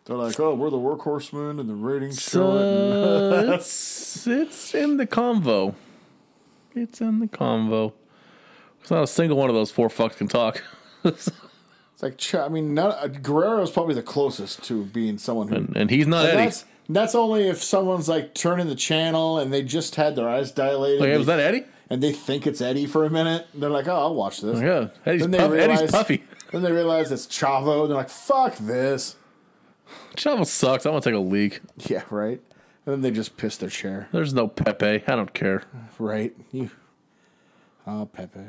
Speaker 3: They're like, "Oh, we're the workhorsemen, and the ratings show it." And
Speaker 2: So it's, it's in the convo. It's in the convo. It's not a single one of those four fucks can talk.
Speaker 3: It's like, ch- I mean, not, uh, Guerrero's probably the closest to being someone who.
Speaker 2: and he's not Eddie.
Speaker 3: That's that's only if someone's like turning the channel and they just had their eyes dilated.
Speaker 2: Like,
Speaker 3: they-
Speaker 2: was that Eddie?
Speaker 3: and they think it's Eddie for a minute. They're like, "Oh, I'll watch this."
Speaker 2: Yeah. Eddie's,
Speaker 3: Then they
Speaker 2: puff, Eddie's
Speaker 3: realize-
Speaker 2: puffy.
Speaker 3: Then they realize it's Chavo. They're like, "Fuck this."
Speaker 2: Chavo sucks. I want to take a leak.
Speaker 3: Yeah, right. And then they just piss their chair.
Speaker 2: There's no Pepe. I don't care.
Speaker 3: Right. You. Oh, Pepe.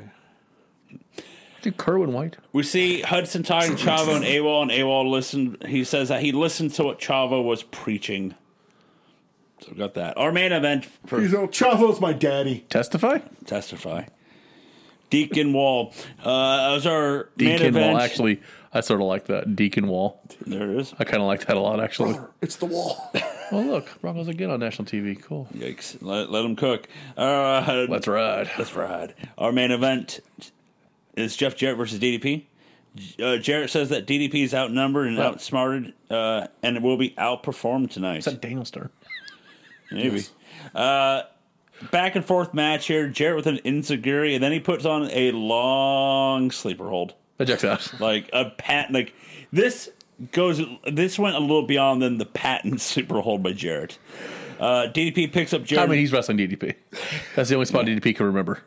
Speaker 2: Dude, Kerwin White.
Speaker 1: We see Hudson talking to Chavo and AWOL, and AWOL listened. He says that he listened to what Chavo was preaching. So we got that. Our main event for
Speaker 3: He's all, Chavo's my daddy.
Speaker 2: Testify?
Speaker 1: testify. Deacon Wall. Uh, that was our main
Speaker 2: Deacon
Speaker 1: event.
Speaker 2: Wall. Actually, I sort of like that. Deacon Wall.
Speaker 1: There it is.
Speaker 2: I kind of like that a lot, actually.
Speaker 3: It's the wall.
Speaker 2: Oh, look. Broncos again on national TV. Cool.
Speaker 1: Yikes. Let, let him cook. Uh,
Speaker 2: Let's ride.
Speaker 1: let's ride. Our main event is Jeff Jarrett versus DDP. Uh, Jarrett says that DDP is outnumbered and outsmarted uh, and will be outperformed tonight.
Speaker 2: Is that Daniel Stern?
Speaker 1: Maybe. Uh, back and forth match here. Jarrett with an insecurity, and then he puts on a long sleeper hold.
Speaker 2: That checks out.
Speaker 1: like a pat like this goes this went a little beyond than the patent super hold by Jarrett. Uh, DDP picks up
Speaker 2: I
Speaker 1: Jarrett.
Speaker 2: mean, he's wrestling DDP. That's the only spot DDP can remember.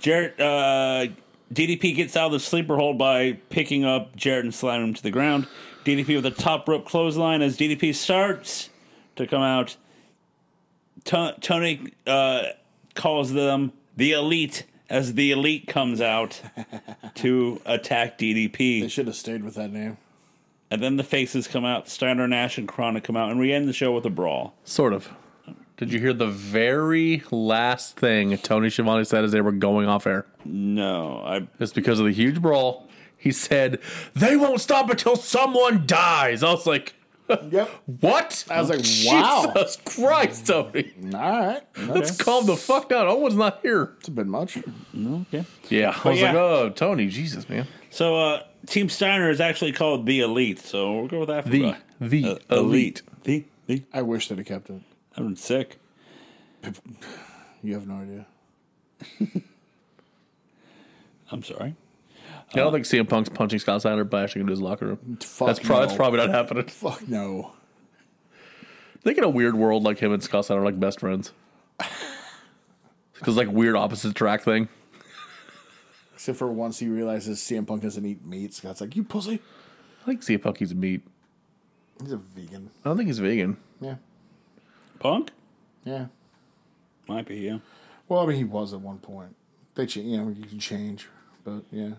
Speaker 1: Jarrett uh, DDP gets out of the sleeper hold by picking up Jarrett and slamming him to the ground. DDP with a top rope clothesline as DDP starts to come out. To- Tony uh, calls them the elite as the elite comes out to attack DDP.
Speaker 3: They should have stayed with that name.
Speaker 1: And then the faces come out, Steiner, Nash, and Chronic come out, and we end the show with a brawl.
Speaker 2: Sort of. Did you hear the very last thing Tony Schiavone said as they were going off air?
Speaker 1: No, I
Speaker 2: It's because of the huge brawl. He said, They won't stop until someone dies. I was like,
Speaker 3: Yep.
Speaker 2: What? I
Speaker 3: was like, wow.
Speaker 2: Jesus Christ, Tony.
Speaker 3: All right.
Speaker 2: Let's calm the fuck down. Owen's not here.
Speaker 3: It's been much.
Speaker 1: okay.
Speaker 2: Yeah. I was
Speaker 1: yeah.
Speaker 2: like, Oh, Tony, Jesus, man.
Speaker 1: So uh, Team Steiner is actually called the Elite, so we'll go with that. For
Speaker 2: The,
Speaker 1: uh,
Speaker 2: the
Speaker 1: uh,
Speaker 2: elite.
Speaker 1: The the
Speaker 3: I wish that it kept it.
Speaker 1: I'm sick.
Speaker 3: You have no idea.
Speaker 1: I'm sorry.
Speaker 2: I don't think CM Punk's punching Scott Steiner bashing into his locker room.
Speaker 3: Fuck
Speaker 2: that's, pro-
Speaker 3: no.
Speaker 2: that's probably not happening.
Speaker 3: Fuck no.
Speaker 2: Think in a weird world, like him and Scott Steiner are like best friends. Because like weird opposite track thing.
Speaker 3: Except for once he realizes CM Punk doesn't eat meat. Scott's like, you pussy.
Speaker 2: I think CM Punk eats meat.
Speaker 3: He's a vegan.
Speaker 2: I don't think he's vegan.
Speaker 3: Yeah.
Speaker 1: Punk
Speaker 3: Yeah.
Speaker 1: might be yeah.
Speaker 3: Well, I mean, he was at one point. They, ch- you know, you can change, but yeah.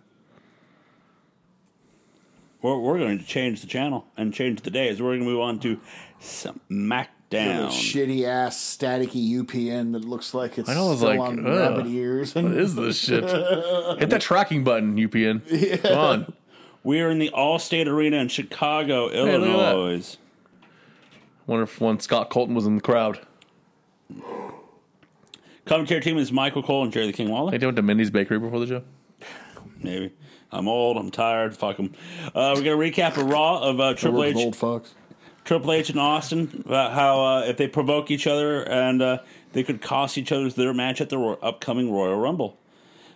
Speaker 1: We're we're going to change the channel and change the days. We're going to move on to
Speaker 3: The
Speaker 1: SmackDown.
Speaker 3: shitty ass staticky UPN that looks like it's
Speaker 2: I know, I was
Speaker 3: still
Speaker 2: like,
Speaker 3: on
Speaker 2: ugh.
Speaker 3: rabbit ears.
Speaker 2: What is this shit? Hit that tracking button, UPN. Come on.
Speaker 1: We are in the Allstate Arena in Chicago,
Speaker 2: at that.
Speaker 1: Illinois.
Speaker 2: Wonder if one Scott Colton was in the crowd.
Speaker 1: Commentary team is Michael Cole and Jerry the King Lawler.
Speaker 2: They went to Mindy's Bakery before the show.
Speaker 1: Maybe. I'm old. I'm tired. Fuck them. Uh, we're gonna recap a Raw of uh, Triple
Speaker 3: We're
Speaker 1: H,
Speaker 3: old fucks.
Speaker 1: Triple H and Austin about how uh, if they provoke each other and uh, They could cost each other their match at the ro- upcoming Royal Rumble.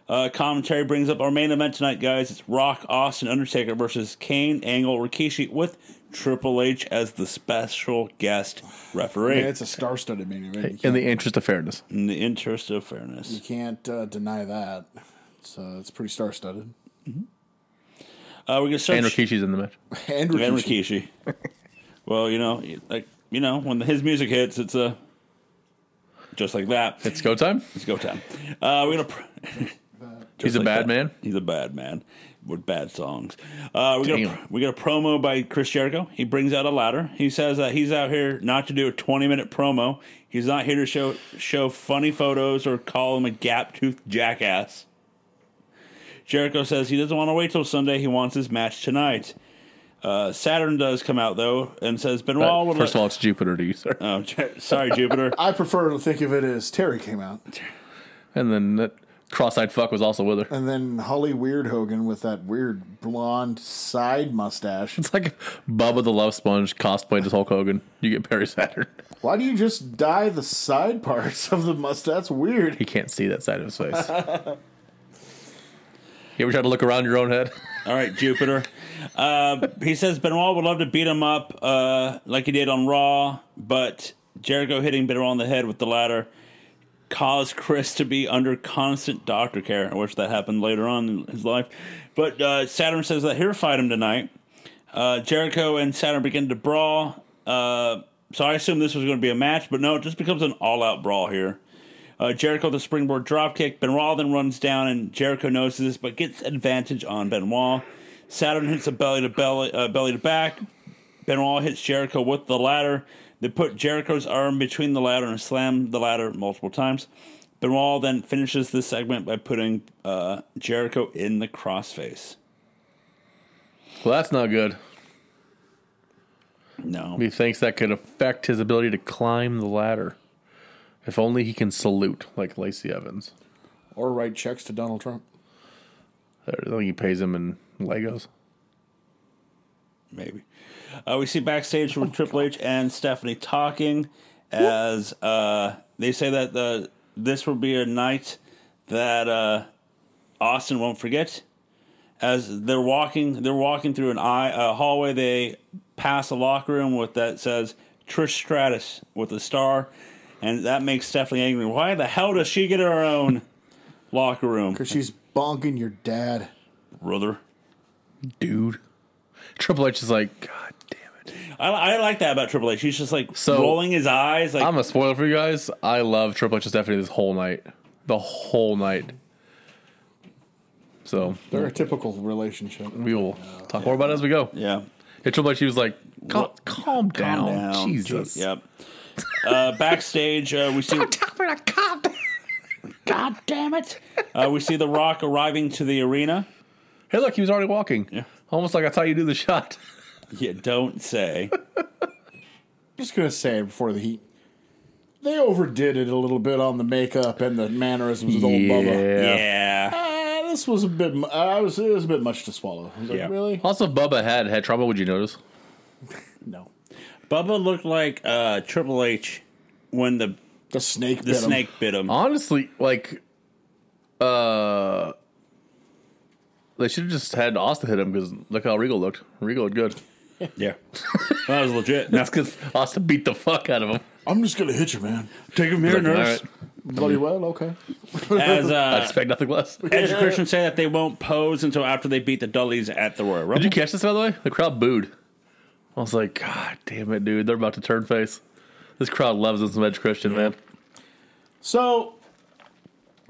Speaker 1: Uh, commentary brings up our main event tonight, guys. It's Rock, Austin, Undertaker versus Kane, Angle, Rikishi, with Triple H as the special guest referee.
Speaker 3: it's a star-studded main event. You
Speaker 2: In
Speaker 3: can't,
Speaker 2: the interest of fairness,
Speaker 1: In the interest of fairness.
Speaker 3: you can't uh, deny that. It's uh, it's pretty star-studded.
Speaker 1: Uh, we're going to start.
Speaker 2: and Rikishi's in the match.
Speaker 3: And
Speaker 1: And
Speaker 3: Rikishi.
Speaker 1: Rikishi. well, you know, like you know, when his music hits, it's a just like that.
Speaker 2: It's go time.
Speaker 1: It's go time. Uh, we're gonna. Pr-
Speaker 2: He's a
Speaker 1: like
Speaker 2: bad
Speaker 1: that.
Speaker 2: man.
Speaker 1: He's a bad man with bad songs. Uh, we got
Speaker 2: Damn.
Speaker 1: a, we got a promo by Chris Jericho. He brings out a ladder. He says that he's out here not to do a twenty minute promo. He's not here to show show funny photos or call him a gap toothed jackass. Jericho says he doesn't want to wait till Sunday. He wants his match tonight. Uh, Saturn does come out though and says Benoit
Speaker 2: Uh,
Speaker 1: would
Speaker 2: First of
Speaker 1: like-
Speaker 2: all, it's Jupiter to you, sir.
Speaker 1: Oh, Jer- sorry, Jupiter.
Speaker 3: I prefer to think of it as Terry came out,
Speaker 2: And then that cross-eyed fuck was also with her.
Speaker 3: and then Holly Weird Hogan with that weird blonde side mustache.
Speaker 2: It's like if Bubba the Love Sponge cosplayed as Hulk Hogan. You get Perry Saturn.
Speaker 3: Why do you just dye the side parts of the mustache? That's weird.
Speaker 2: He can't see that side of his face. you ever try to look around your own head?
Speaker 1: All right, Jupiter. Uh, he says Benoit would love to beat him up uh, like he did on Raw, but Jericho hitting Benoit on the head with the ladder caused Chris to be under constant doctor care. I wish that happened later on in his life. But uh, Saturn says that he'll fight him tonight. Uh, Jericho and Saturn begin to brawl. Uh, so I assume this was going to be a match, but no, it just becomes an all out brawl here. Uh, Jericho the springboard dropkick. Benoit then runs down, and Jericho notices this, but gets advantage on Benoit. Saturn hits a belly to belly, uh, belly to back. Benoit hits Jericho with the ladder. They put Jericho's arm between the ladder and slam the ladder multiple times. Benoit then finishes this segment by putting uh, Jericho in the crossface.
Speaker 2: Well, that's not good.
Speaker 1: No,
Speaker 2: He thinks that could affect his ability to climb the ladder. If only he can salute like Lacey Evans.
Speaker 3: Or write checks to Donald Trump.
Speaker 2: I think he pays him in Legos.
Speaker 1: maybe. Uh, we see backstage
Speaker 2: Oh,
Speaker 1: with Triple H and Stephanie talking as uh, they say that the, this will be a night that uh, Austin won't forget. As they're walking, they're walking through an eye, a hallway. They pass a locker room with that says Trish Stratus with a star, and that makes Stephanie angry. Why the hell does she get her own locker room,
Speaker 3: Because she's bonking your dad.
Speaker 1: brother?
Speaker 2: Dude. Triple H is like, God damn it.
Speaker 1: I, I like that about Triple H. He's just like
Speaker 2: So-
Speaker 1: rolling his eyes, like
Speaker 2: I'm a spoiler for you guys. I love Triple H and Stephanie this whole night. The whole night. So
Speaker 3: They're a typical relationship.
Speaker 2: we will talk more about it as we go.
Speaker 1: yeah.
Speaker 2: And Triple H, he was like, "Cal- calm, down. Oh, Jesus.
Speaker 1: Yep. Uh, backstage, uh, we see. God damn it! Uh, we see The Rock arriving to the arena.
Speaker 2: Hey, look, he was already walking. Almost like that's how you do the shot.
Speaker 1: You don't say.
Speaker 3: just gonna say before the heat, they overdid it a little bit on the makeup and the mannerisms with old Bubba.
Speaker 1: Yeah.
Speaker 3: Ah, this was a bit. mu- I was. It was a bit much to swallow. I was like,
Speaker 1: Yeah.
Speaker 3: really?
Speaker 2: Also, if Bubba had head trauma. Would you notice?
Speaker 3: No.
Speaker 1: Bubba looked like uh, Triple H when the
Speaker 3: The snake.
Speaker 1: the
Speaker 3: bit him.
Speaker 1: snake bit him.
Speaker 2: Honestly, like, uh, they should have just had Austin hit him because look how Regal looked. Regal looked good.
Speaker 1: Yeah. that was legit.
Speaker 2: That's because Austin beat the fuck out of him.
Speaker 3: I'm just gonna hit you, man.
Speaker 1: Take him here,
Speaker 2: Like, all
Speaker 1: nurse.
Speaker 2: right,
Speaker 3: Bloody well. Okay.
Speaker 1: As
Speaker 2: I
Speaker 1: uh,
Speaker 2: expect nothing less. Did
Speaker 1: Edge and Christian say that they won't pose until after they beat the Dudleys at the Royal Rumble.
Speaker 2: you catch this by the way? The crowd booed. I was like, God damn it, dude! They're about to turn face. This crowd loves this Edge Christian man,
Speaker 3: So,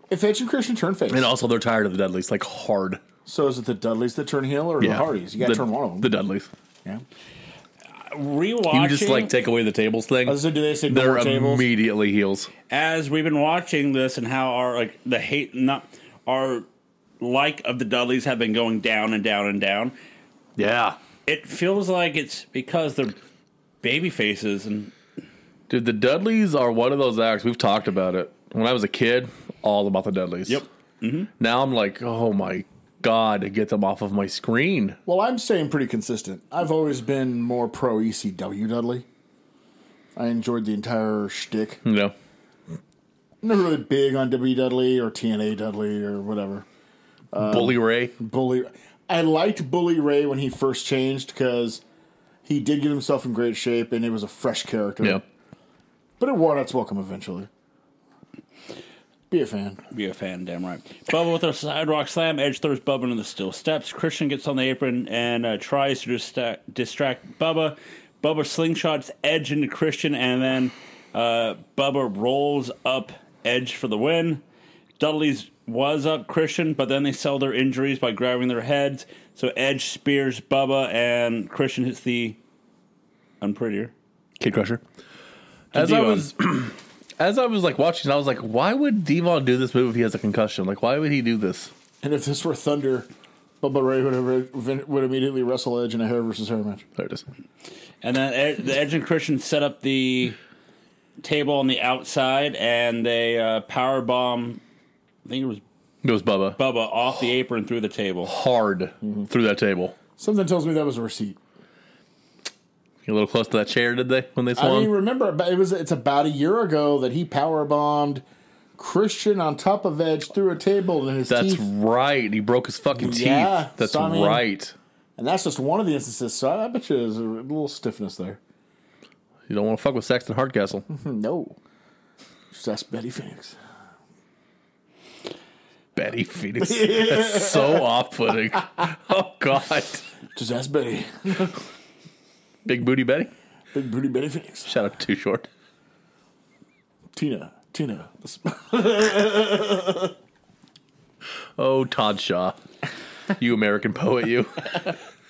Speaker 3: if Edge and Christian turn face,
Speaker 2: and also they're tired of the Dudleys, like hard.
Speaker 3: so is it the Dudleys that turn heel or the Hardys? You gotta
Speaker 2: The-
Speaker 3: turn one of
Speaker 2: The
Speaker 3: them.
Speaker 2: Dudleys.
Speaker 3: yeah.
Speaker 1: Rewatching.
Speaker 2: You just like take away the tables thing.
Speaker 3: I said, do they say no
Speaker 2: They're
Speaker 3: more tables?
Speaker 2: immediately heels.
Speaker 1: as we've been watching this and how our like the hate not our like of the Dudleys have been going down and down and down.
Speaker 2: Yeah.
Speaker 1: It feels like it's because they're baby faces and
Speaker 2: Dude, the Dudleys are one of those acts. We've talked about it. When I was a kid, all about the Dudleys.
Speaker 1: Yep.
Speaker 2: Now I'm like, oh my God, get them off of my screen.
Speaker 3: Well, I'm staying pretty consistent. I've always been more pro E ECW Dudley. I enjoyed the entire shtick.
Speaker 2: You know?
Speaker 3: never really big on W E Dudley or TNA Dudley or whatever.
Speaker 2: Bully Ray.
Speaker 3: Um, Bully. I liked Bully Ray when he first changed because he did get himself in great shape and it was a fresh character.
Speaker 2: Yeah.
Speaker 3: But it wore its welcome eventually. Be a fan.
Speaker 1: Be a fan, damn right. Bubba with a sidewalk slam. Edge throws Bubba into the steel steps. Christian gets on the apron and uh, tries to dista- distract Bubba. Bubba slingshots Edge into Christian, and then uh, Bubba rolls up Edge for the win. Dudley's was up Christian, but then they sell their injuries by grabbing their heads. So Edge spears Bubba, and Christian hits the. I'm prettier.
Speaker 2: Kid Crusher. As I
Speaker 1: Devon.
Speaker 2: was, as I was like watching, I was like, why would Devon do this move if he has a concussion? Like, why would he do this?
Speaker 3: And if this were Thunder, Bubba Ray would have would immediately wrestle Edge in a hair versus hair match.
Speaker 2: There it is.
Speaker 1: And then Ed, the Edge and Christian set up the table on the outside, and they uh, power bomb. I think it was
Speaker 2: Goes Bubba
Speaker 1: Bubba off the apron through the table.
Speaker 2: hard
Speaker 3: Mm-hmm.
Speaker 2: through that table.
Speaker 3: Something tells me that was a receipt.
Speaker 2: You a little close to that chair, did they? When they
Speaker 3: I
Speaker 2: swung,
Speaker 3: mean, remember but it was it's about a year ago that he power bombed Christian on top of Edge through a table and his
Speaker 2: that's
Speaker 3: teeth,
Speaker 2: right. He broke his fucking teeth.
Speaker 3: Yeah,
Speaker 2: that's
Speaker 3: so I mean-
Speaker 2: right.
Speaker 3: and that's just one of the instances. So I bet you there's a little stiffness there.
Speaker 2: You don't want to fuck with Saxton Hardcastle.
Speaker 3: No, just ask Betty Phoenix.
Speaker 2: Betty Phoenix. That's so off-putting. Oh God,
Speaker 3: Just ask Betty,
Speaker 2: big booty Betty.
Speaker 3: big booty Betty Phoenix.
Speaker 2: Shout out to Too Short.
Speaker 3: Tina, Tina.
Speaker 2: Oh Todd Shaw, you American poet, you.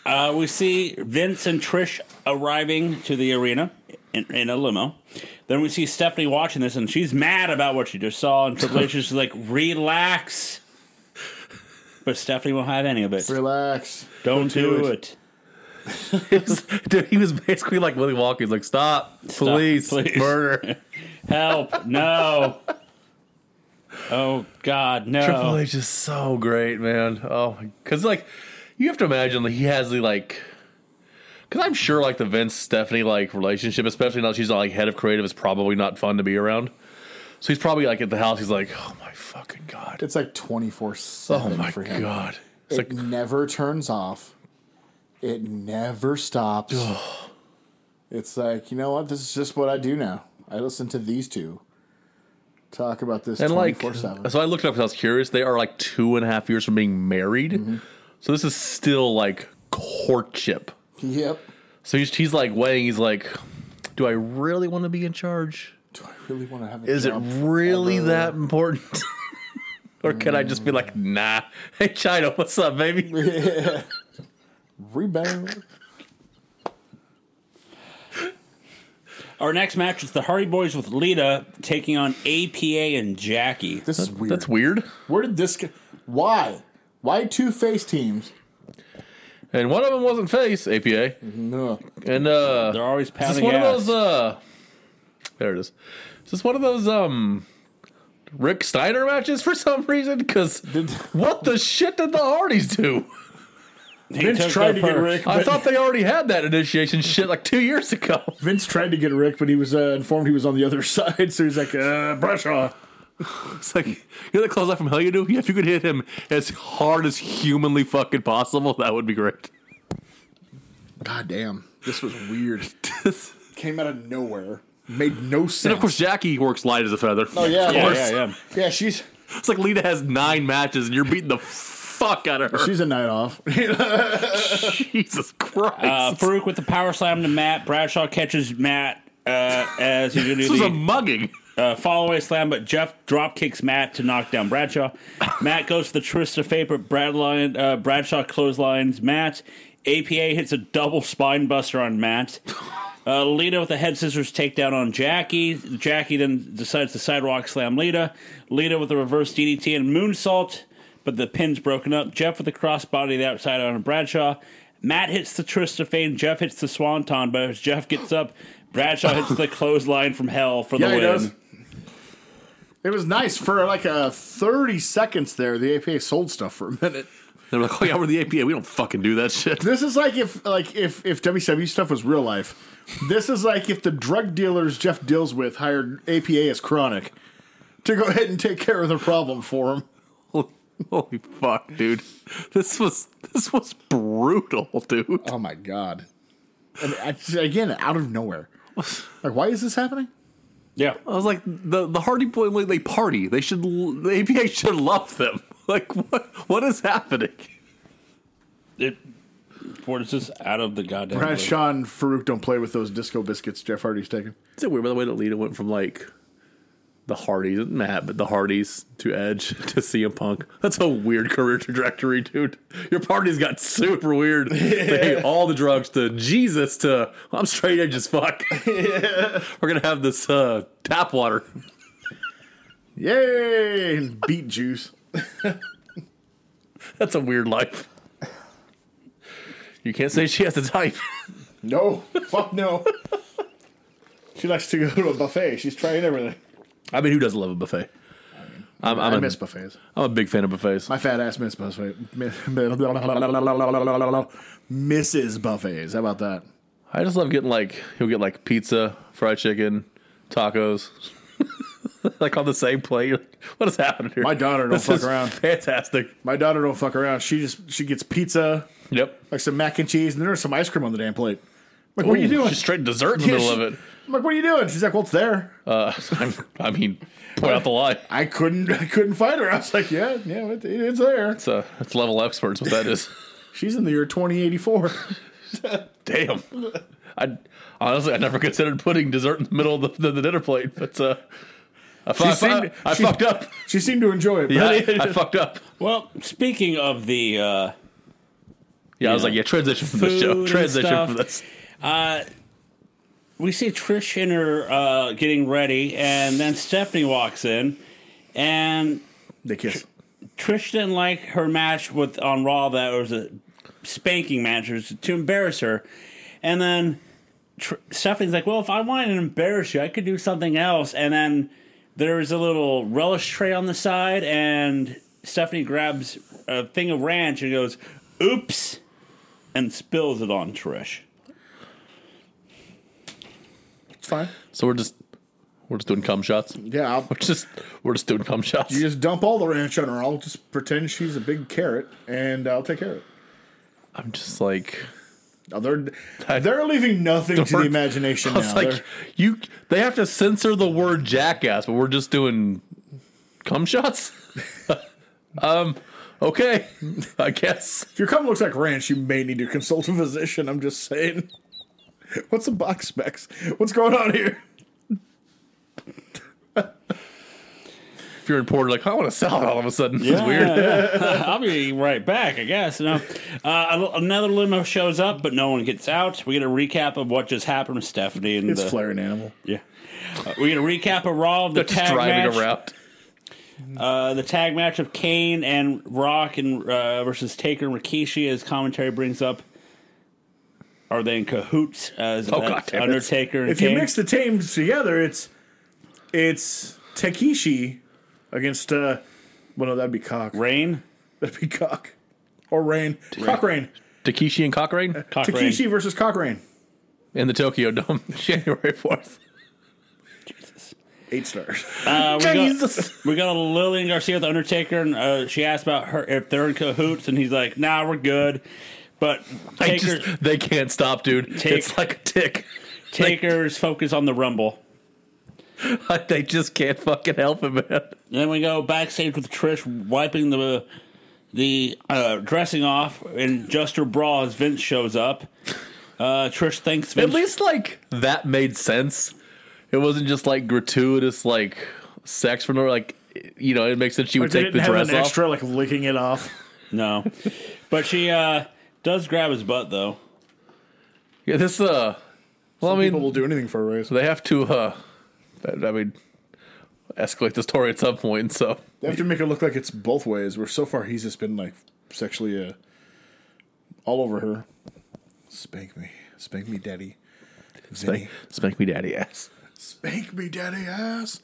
Speaker 1: Uh, we see Vince and Trish arriving to the arena in, in a limo. Then we see Stephanie watching this, and she's mad about what she just saw. And Triple H is like, "Relax," but Stephanie won't have any of it.
Speaker 3: Relax.
Speaker 1: Don't do it.
Speaker 2: Dude, he was basically like Willy Wonka. He's like, stop, police,
Speaker 1: please."
Speaker 2: murder.
Speaker 1: Help! No. Oh God, no.
Speaker 2: Triple H is so great, man. Oh, because like you have to imagine like, he has the like. Because I'm sure like the Vince Stephanie like relationship, especially now that she's like head of creative, is probably not fun to be around. So he's probably like at the house. He's like, oh my fucking god,
Speaker 3: It's like twenty four
Speaker 2: oh
Speaker 3: seven.
Speaker 2: my
Speaker 3: for him.
Speaker 2: god. It's
Speaker 3: it
Speaker 2: like
Speaker 3: never turns off. It never stops. it's like, you know what? This is just what I do now. I listen to these two talk about this
Speaker 2: and like uh,
Speaker 3: 24 7.
Speaker 2: so I looked it up because I was curious. They are like two and a half years from being married, so this is still like courtship.
Speaker 3: Yep.
Speaker 2: So he's, he's like weighing. He's like, "Do I really want to be in charge?
Speaker 3: Do I really want to have a
Speaker 2: Is it
Speaker 3: job
Speaker 2: really
Speaker 3: ever?
Speaker 2: that important? or can I just be like, nah? Hey, China, what's up, baby?
Speaker 3: Rebound.
Speaker 1: Our next match is the Hardy Boys with Lita taking on APA and Jackie.
Speaker 3: This is weird.
Speaker 2: That's weird.
Speaker 3: Where did this go? Why? Why two face teams?
Speaker 2: And one of them wasn't face APA,
Speaker 3: No.
Speaker 2: and uh,
Speaker 1: They're always
Speaker 2: Is
Speaker 1: pounding
Speaker 2: this one
Speaker 1: ass.
Speaker 2: of those? Uh, there it is. Is this one of those um, Rick Steiner matches for some reason? Because what the shit did the Hardys do?
Speaker 1: He took their purse.
Speaker 2: I thought they already had that initiation shit like two years ago.
Speaker 3: Vince tried to get Rick, but he was uh, informed he was on the other side, so he's like, uh, brush off.
Speaker 2: It's like you're the close out from hell you do. Yeah, if you could hit him as hard as humanly fucking possible, that would be great.
Speaker 3: God damn. This was weird. Came out of nowhere. Made no sense.
Speaker 2: And of course, Jackie works light as a feather.
Speaker 3: Oh yeah,
Speaker 1: Yeah,
Speaker 3: yeah,
Speaker 1: yeah, yeah.
Speaker 3: yeah. She's
Speaker 2: It's like Lita has nine matches, and you're beating the fuck out of her.
Speaker 3: she's a night off.
Speaker 2: Jesus Christ!
Speaker 1: Uh, Farouk with the power slam to Matt. Bradshaw catches Matt uh, as he's going to
Speaker 2: this was a
Speaker 1: do
Speaker 2: mugging.
Speaker 1: the uh, follow-away slam, but Jeff drop kicks Matt to knock down Bradshaw. Matt goes for the Trista Faper. Bradline, uh, Bradshaw clotheslines Matt. APA hits a double spine buster on Matt. Uh, Lita with the head scissors takedown on Jackie. Jackie then decides to sidewalk slam Lita. Lita with the reverse DDT and moonsault, but the pin's broken up. Jeff with the crossbody to the outside on Bradshaw. Matt hits the Tristafane. Jeff hits the Swanton, but as Jeff gets up, Bradshaw hits the clothesline from hell for the
Speaker 3: Yeah, he
Speaker 1: win.
Speaker 3: does. It was nice for like a thirty seconds there. The APA sold stuff for a minute.
Speaker 2: They're like, "Oh yeah, we're the APA. We don't fucking do that shit."
Speaker 3: This is like if like if if WWE stuff was real life. This is like if the drug dealers Jeff deals with hired APA as chronic to go ahead and take care of the problem for him.
Speaker 2: Holy fuck, dude! This was this was brutal, dude.
Speaker 3: Oh my god! And I, again, out of nowhere. Like, why is this happening?
Speaker 1: Yeah.
Speaker 2: I was like, the the Hardy Boy like, they party. They should l- the APA should love them. Like what what is happening?
Speaker 1: It Portis is out of the goddamn.
Speaker 3: Brad
Speaker 1: league.
Speaker 3: Shaw and Farouk don't play with those disco biscuits Jeff Hardy's taking.
Speaker 2: Is it weird by the way that Lita went from like the Hardys, Matt, but the Hardys to Edge to CM Punk? That's a weird career trajectory, dude. Your parties got super weird. They all the drugs to Jesus to I'm straight edge as fuck. We're gonna have this uh, tap water.
Speaker 3: Yay! And beet juice.
Speaker 2: That's a weird life. You can't say she has a type.
Speaker 3: No, fuck no. she likes to go to a buffet. She's trying everything.
Speaker 2: I mean, who doesn't love a buffet? I'm, I'm,
Speaker 3: I
Speaker 2: a,
Speaker 3: miss buffets.
Speaker 2: am a big fan of buffets.
Speaker 3: My fat ass miss buffet. Mrs. Buffets. How about that?
Speaker 2: I just love getting like you'll get like pizza, fried chicken, tacos, like on the same plate. You're like, what is happening here?
Speaker 3: My daughter don't
Speaker 2: This
Speaker 3: fuck
Speaker 2: is
Speaker 3: around.
Speaker 2: Fantastic.
Speaker 3: My daughter don't fuck around. She just she gets pizza,
Speaker 2: Yep.
Speaker 3: like some mac and cheese, and there's some ice cream on the damn plate. I'm like, what are you
Speaker 2: Ooh,
Speaker 3: doing?
Speaker 2: Just straight dessert in the
Speaker 3: Yeah,
Speaker 2: middle
Speaker 3: she-
Speaker 2: of it.
Speaker 3: I'm like, what are you doing? She's like, well, it's there.
Speaker 2: Uh, I'm, I mean, point out the lie.
Speaker 3: I couldn't I couldn't fight her. I was like, yeah, yeah, it, it's there.
Speaker 2: It's, uh, it's level experts. What that is.
Speaker 3: She's in the year 2084.
Speaker 2: Damn. I honestly I never considered putting dessert in the middle of the, the dinner plate, but uh, I, fu- I, fu-
Speaker 3: seemed-
Speaker 2: I
Speaker 3: she-
Speaker 2: fucked up.
Speaker 3: she seemed to enjoy it. but-
Speaker 2: Yeah, I, I fucked up.
Speaker 1: Well, speaking of the uh,
Speaker 2: Yeah, I was like, yeah, transition from this
Speaker 1: Food
Speaker 2: show.
Speaker 1: and
Speaker 2: Transition
Speaker 1: stuff.
Speaker 2: from this.
Speaker 1: uh, we see Trish and her uh, getting ready, and then Stephanie walks in, and
Speaker 3: They kiss.
Speaker 1: Trish didn't like her match with on Raw that was a spanking match it was to embarrass her, and then Tr- Stephanie's like, "Well, if I wanted to embarrass you, I could do something else." And then there's a little relish tray on the side, and Stephanie grabs a thing of ranch and goes, "Oops," and spills it on Trish.
Speaker 3: It's fine.
Speaker 2: So we're just we're just doing cum shots.
Speaker 3: Yeah, I'll,
Speaker 2: We're just we're just doing cum shots.
Speaker 3: you just dump all the ranch on her. I'll just pretend she's a big carrot, and I'll take care of it.
Speaker 2: I'm just like
Speaker 3: Now they're they're leaving nothing to the
Speaker 2: Dark.
Speaker 3: imagination
Speaker 2: I was
Speaker 3: now.
Speaker 2: like
Speaker 3: They're-
Speaker 2: you. They have to censor the word jackass, but we're just doing cum shots. um. Okay. I guess.
Speaker 3: if your cum looks like ranch, you may need to consult a physician. I'm just saying. What's the box specs? What's going on here?
Speaker 2: If you're in Porter, like I want a salad all of a sudden. This is
Speaker 1: Yeah,
Speaker 2: weird.
Speaker 1: yeah. I'll be right back, I guess. No, uh, another limo shows up, but no one gets out. We get a recap of what just happened with Stephanie and
Speaker 3: It's
Speaker 1: the
Speaker 3: flaring animal.
Speaker 1: yeah. Uh, we get a recap of Raw of the
Speaker 2: Just
Speaker 1: tag
Speaker 2: driving
Speaker 1: match,
Speaker 2: around.
Speaker 1: uh, the tag match of Kane and Rock and uh, versus Taker and Rikishi. As commentary brings up, are they in cahoots? As
Speaker 2: Oh,
Speaker 1: that's
Speaker 2: God damn it.
Speaker 1: Undertaker and
Speaker 3: If
Speaker 1: Kane.
Speaker 3: you mix the teams together, it's it's Takeshi against uh well no that'd be cock.
Speaker 1: Rain,
Speaker 3: That'd be cock. Or rain. Cock rain.
Speaker 2: Takeshi and Cochrane
Speaker 1: Cock Rain.
Speaker 3: Takeshi versus cock rain.
Speaker 2: in the Tokyo Dome, January fourth.
Speaker 3: Eight stars.
Speaker 1: Uh, we got-
Speaker 2: Jesus.
Speaker 1: We got a Lillian Garcia with Undertaker, and uh, she asked about her if they're in cahoots, and he's like, "Nah, we're good." But
Speaker 2: I
Speaker 1: Taker,
Speaker 2: just, they can't stop, dude.
Speaker 1: Take-
Speaker 2: it's like a tick.
Speaker 1: Taker's focus on the Rumble.
Speaker 2: they just can't fucking help it, man.
Speaker 1: And then we go backstage with Trish wiping the the uh, dressing off and just her bra as Vince shows up. Uh, Trish thanks Vince.
Speaker 2: At least like that made sense. It wasn't just like gratuitous like sex for no like you know it makes sense she would
Speaker 3: They
Speaker 2: take the
Speaker 3: didn't have
Speaker 2: dress
Speaker 3: an
Speaker 2: off.
Speaker 3: extra like licking it off.
Speaker 1: no, but she uh, does grab his butt though.
Speaker 2: Yeah, this uh. Well, I
Speaker 3: People
Speaker 2: mean,
Speaker 3: will do anything for a raise.
Speaker 2: they have to. uh I I mean, escalate the story at some point. So
Speaker 3: They have to make it look like it's both ways. Where so far he's just been like sexually uh, all over her. Spank me, spank me, daddy.
Speaker 2: spank,
Speaker 3: Vinny.
Speaker 2: spank me, daddy ass.
Speaker 3: spank me, daddy ass.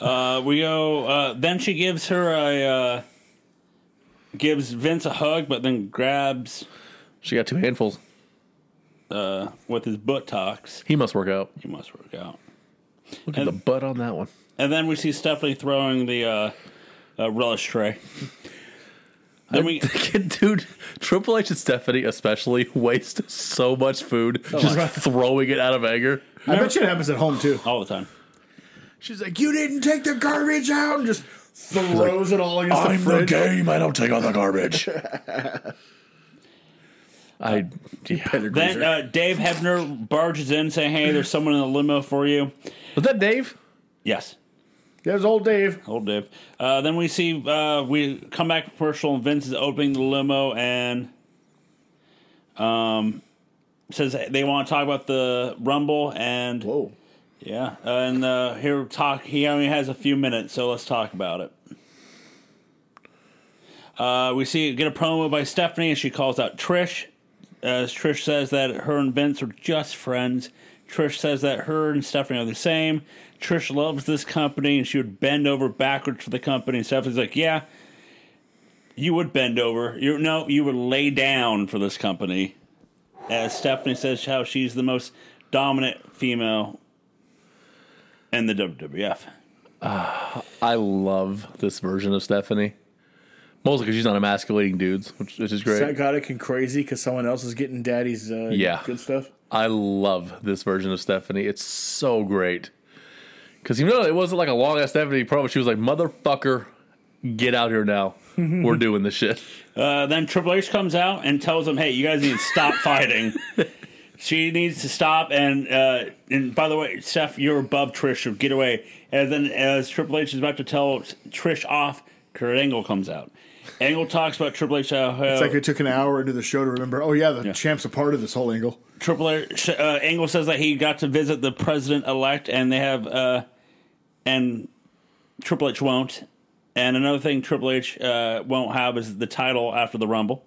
Speaker 1: Uh, we go. Uh, then she gives her a uh, gives Vince a hug, but then grabs
Speaker 2: She got two handfuls.
Speaker 1: uh, with his buttocks.
Speaker 2: He must work out.
Speaker 1: He must work out.
Speaker 2: Look at the butt on that one.
Speaker 1: And then we see Stephanie throwing the uh, uh, relish tray. Then we
Speaker 2: Dude, Triple H and Stephanie especially waste so much food just throwing it out of anger.
Speaker 3: I bet you it happens at home too.
Speaker 1: all the time.
Speaker 3: She's like, "You didn't take the garbage out," and just throws it all against the fridge.
Speaker 2: game. I don't take out the garbage. I yeah.
Speaker 1: Then uh, Dave Hebner barges in saying, "Hey, there's someone in the limo for you."
Speaker 2: was that Dave?
Speaker 1: Yes,
Speaker 3: There's old Dave.
Speaker 1: old Dave. Uh, then we see uh, we come back from commercial, and Vince is opening the limo and um says they want to talk about the Rumble and
Speaker 3: Whoa.
Speaker 1: yeah, and uh, here talk. He only has a few minutes, so let's talk about it. Uh, we see get a promo by Stephanie, and she calls out Trish. As Trish says that her and Vince are just friends. Trish says that her and Stephanie are the same. Trish loves this company, and she would bend over backwards for the company. And Stephanie's like, "Yeah, you would bend over. You no, you would lay down for this company." As Stephanie says, how she's the most dominant female in the WWF.
Speaker 2: I love this version of Stephanie. Mostly because she's not emasculating dudes, which, which is great.
Speaker 4: Psychotic and crazy because someone else is getting daddy's uh,
Speaker 2: Yeah.
Speaker 4: good stuff.
Speaker 2: I love this version of Stephanie. It's so great. Because you know, it wasn't like a long ass Stephanie promo. She was like, motherfucker, get out here now. We're doing this shit.
Speaker 1: Uh, then Triple H comes out and tells them, "Hey, you guys need to stop fighting. She needs to stop." And uh, and by the way, Steph, you're above Trish. So get away. And then as Triple H is about to tell Trish off, Kurt Angle comes out. Angle talks about Triple H. Uh,
Speaker 3: It's like it took an hour into the show to remember. Oh yeah, the champ's a part of this whole angle.
Speaker 1: Triple H, uh, Angle says that he got to visit the president elect, and they have, uh, and Triple H won't. And another thing Triple H uh, won't have is the title after the Rumble.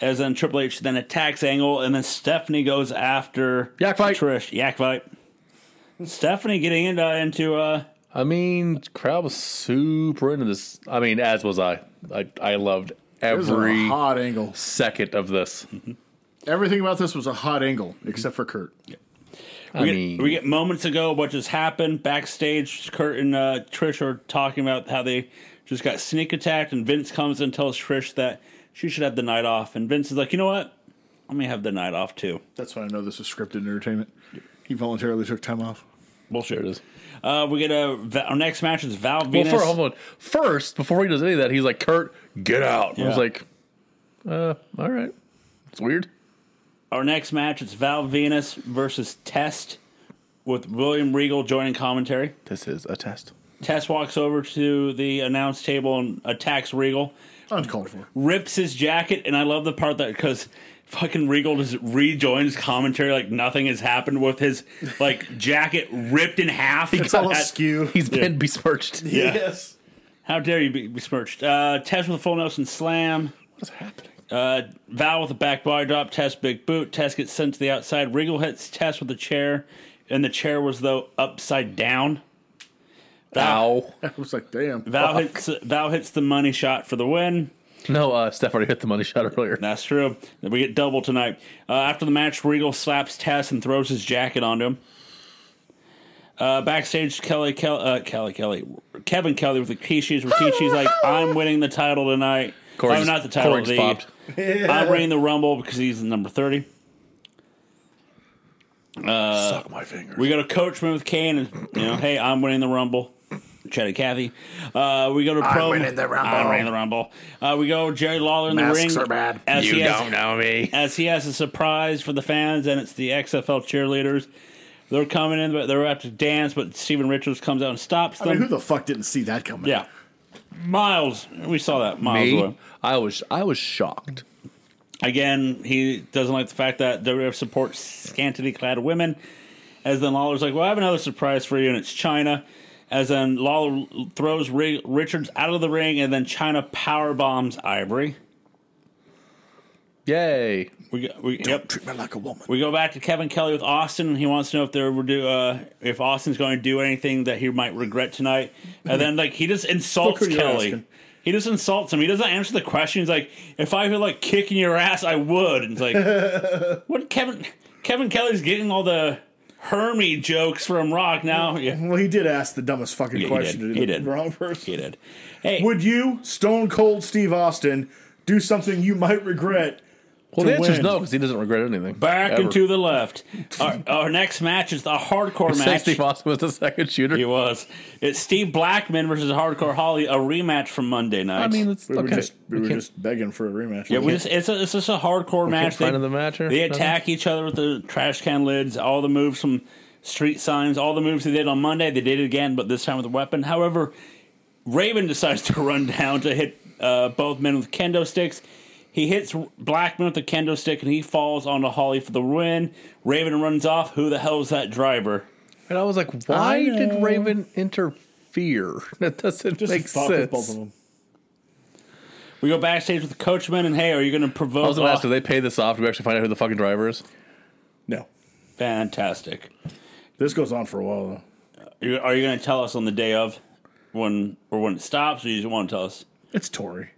Speaker 1: As then Triple H then attacks Angle, and then Stephanie goes after
Speaker 2: Yak fight.
Speaker 1: Trish. Yak fight. Stephanie getting into into uh,
Speaker 2: I mean, crowd was super into this. I mean, as was I. I, I loved
Speaker 3: It was a
Speaker 2: every
Speaker 3: hot angle.
Speaker 2: second of this.
Speaker 3: Everything about this was a hot angle, except for Kurt.
Speaker 2: I
Speaker 1: we,
Speaker 2: mean,
Speaker 1: get, we get moments ago what just happened backstage. Kurt and uh, Trish are talking about how they just got sneak attacked, and Vince comes and tells Trish that she should have the night off. And Vince is like, you know what? Let me have the night off too.
Speaker 3: That's why I know this was scripted entertainment. He voluntarily took time off.
Speaker 2: bullshit it is.
Speaker 1: Uh, we get a Va- our next match is Val
Speaker 2: Well,
Speaker 1: Venus.
Speaker 2: first, hold on. First, before he does any of that, he's like, Kurt, get out. I
Speaker 1: Yeah.
Speaker 2: was like, uh, all right. It's weird.
Speaker 1: our next match is Val Venus versus Test, with William Regal joining commentary.
Speaker 2: This is a test.
Speaker 1: Test walks over to the announce table and attacks Regal.
Speaker 3: Uncalled for.
Speaker 1: rips his jacket, and I love the part that because fucking Regal just rejoins commentary like nothing has happened with his like jacket ripped in half.
Speaker 3: It's all
Speaker 1: At-
Speaker 3: askew.
Speaker 2: He's been besmirched.
Speaker 1: yeah.
Speaker 4: Yes.
Speaker 1: How dare you be besmirched? Uh, Tess with a full Nelson slam.
Speaker 2: What's happening?
Speaker 1: Uh, Val with a back body drop. Tess big boot. Tess gets sent to the outside. Regal hits Tess with a chair, and the chair was though upside down. Ah.
Speaker 2: Ow.
Speaker 3: I was like, damn.
Speaker 1: Val hits Val hits the money shot for the win.
Speaker 2: No, uh, Steph already hit the money shot earlier.
Speaker 1: That's true. We get double tonight. Uh, after the match, Regal slaps Tess and throws his jacket onto him. Uh, backstage, Kelly, Kelly, uh, Kelly, Kelly, Kevin Kelly with the Kishi's. Rikishi's like, I'm winning the title tonight.
Speaker 2: Corey
Speaker 1: I'm
Speaker 2: just-
Speaker 1: not the title.
Speaker 2: Corey just
Speaker 1: The,
Speaker 2: popped.
Speaker 1: I'm winning the Rumble because he's the number 30.
Speaker 2: Suck my finger.
Speaker 1: uh, We go to Coachman with Kane and, you know, hey, I'm winning the Rumble. Chetty Cathy. Uh, we go to Pro.
Speaker 3: winning the Rumble.
Speaker 1: I'm winning the Rumble. Uh, we go Jerry Lawler in the
Speaker 3: Masks
Speaker 1: ring.
Speaker 3: are bad.
Speaker 1: As he has-
Speaker 2: know me.
Speaker 1: as he has a surprise for the fans, and it's the XFL cheerleaders. They're coming in, but they're about to dance, but Steven Richards comes out and stops them.
Speaker 3: I mean, who the fuck didn't see that coming?
Speaker 1: yeah. Miles. We saw that. Miles
Speaker 2: Me?
Speaker 1: away.
Speaker 2: I was I was shocked.
Speaker 1: Again, he doesn't like the fact that WWF supports scantily clad women. As then Lawler's like, well, I have another surprise for you, and it's China. As then Lawler throws Ri- Richards out of the ring, and then China power bombs Ivory.
Speaker 2: Yay.
Speaker 1: We, go- we, yep.
Speaker 3: Treat me like a woman.
Speaker 1: We go back to Kevin Kelly with Austin. and He wants to know if there were do uh, if Austin's going to do anything that he might regret tonight. And then like he just insults
Speaker 4: Fuck are you
Speaker 1: Kelly.
Speaker 4: asking?
Speaker 1: He just insults him. He doesn't answer the question. He's like, if I feel like kicking your ass, I would. And it's like, what Kevin Kevin Kelly's getting all the Hermie jokes from Rock now. Yeah,
Speaker 4: Well, he did ask the dumbest fucking
Speaker 1: he
Speaker 4: Mm-hmm. question
Speaker 1: did.
Speaker 4: to the
Speaker 1: He did.
Speaker 4: wrong person.
Speaker 1: he did. Hey,
Speaker 4: Would you, Stone Cold Steve Austin, do something you might regret?
Speaker 2: Well,
Speaker 4: to
Speaker 2: the answer's
Speaker 4: win?
Speaker 2: no, because he doesn't regret anything.
Speaker 1: back
Speaker 2: Ever.
Speaker 1: and to the left. Our, our next match is the hardcore
Speaker 2: Say
Speaker 1: match.
Speaker 2: Steve Austin was the second shooter.
Speaker 1: He was. It's Steve Blackman versus Hardcore Holly, a rematch from Monday night.
Speaker 2: I mean, it's
Speaker 4: We were
Speaker 2: okay.
Speaker 4: just we, were
Speaker 2: can't-
Speaker 4: just begging for a rematch.
Speaker 1: yeah, we just, it's, a, it's just a hardcore match. They,
Speaker 2: find the match or
Speaker 1: they
Speaker 2: nothing?
Speaker 1: attack each other with the trash can lids, all the moves from street signs, all the moves they did on Monday, they did it again, but this time with a weapon. However, Raven decides to run down to hit uh, both men with kendo sticks. He hits Blackman with a kendo stick and he falls onto Holly for the win. Raven runs off. Who the hell is that driver?
Speaker 2: and I was like, why
Speaker 4: I
Speaker 2: did
Speaker 4: know.
Speaker 2: Raven interfere? That doesn't
Speaker 4: just
Speaker 2: make
Speaker 4: fuck with both of
Speaker 2: sense.
Speaker 4: them.
Speaker 1: We go backstage with the coachman and hey, are you going to provoke?
Speaker 2: I was gonna ask,
Speaker 1: Austin?
Speaker 2: do they pay this off? Do we actually find out who the fucking driver is?
Speaker 4: No,
Speaker 1: Fantastic.
Speaker 4: this goes on for a while though.
Speaker 1: You- Are you going to tell us on the day of when or when it stops, or you just want to tell us?
Speaker 4: It's Tory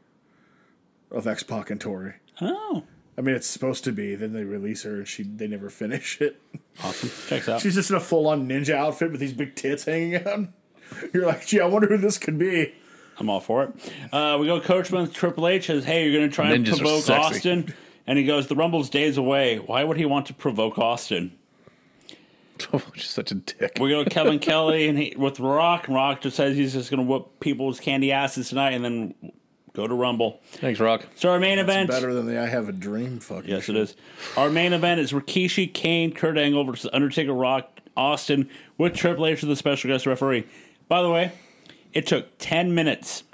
Speaker 4: of X Pac and Tory.
Speaker 1: Oh,
Speaker 4: I mean, it's supposed to be. Then they release her, and she they never finish it.
Speaker 1: awesome. Checks out.
Speaker 4: She's just in a full on ninja outfit with these big tits hanging out. You're like, gee, I wonder who this could be.
Speaker 1: I'm all for it. Uh, we go Coachman Triple H says, "Hey, you're going to try and
Speaker 2: Ninjas are
Speaker 1: provoke
Speaker 2: sexy.
Speaker 1: Austin," and he goes, "The Rumble's days away. Why would he want to provoke Austin?"
Speaker 2: She's such a dick.
Speaker 1: We go Kevin Kelly and he, with Rock, and Rock just says he's just going to whoop people's candy asses tonight, and then go to Rumble.
Speaker 2: Thanks, Rock.
Speaker 1: So our main event.
Speaker 4: Better than the I have a dream fucking.
Speaker 1: Yes, it is. Our main event is Rikishi, Kane, Kurt Angle versus Undertaker, Rock, Austin, with Triple H as the special guest referee. By the way, it took 10 minutes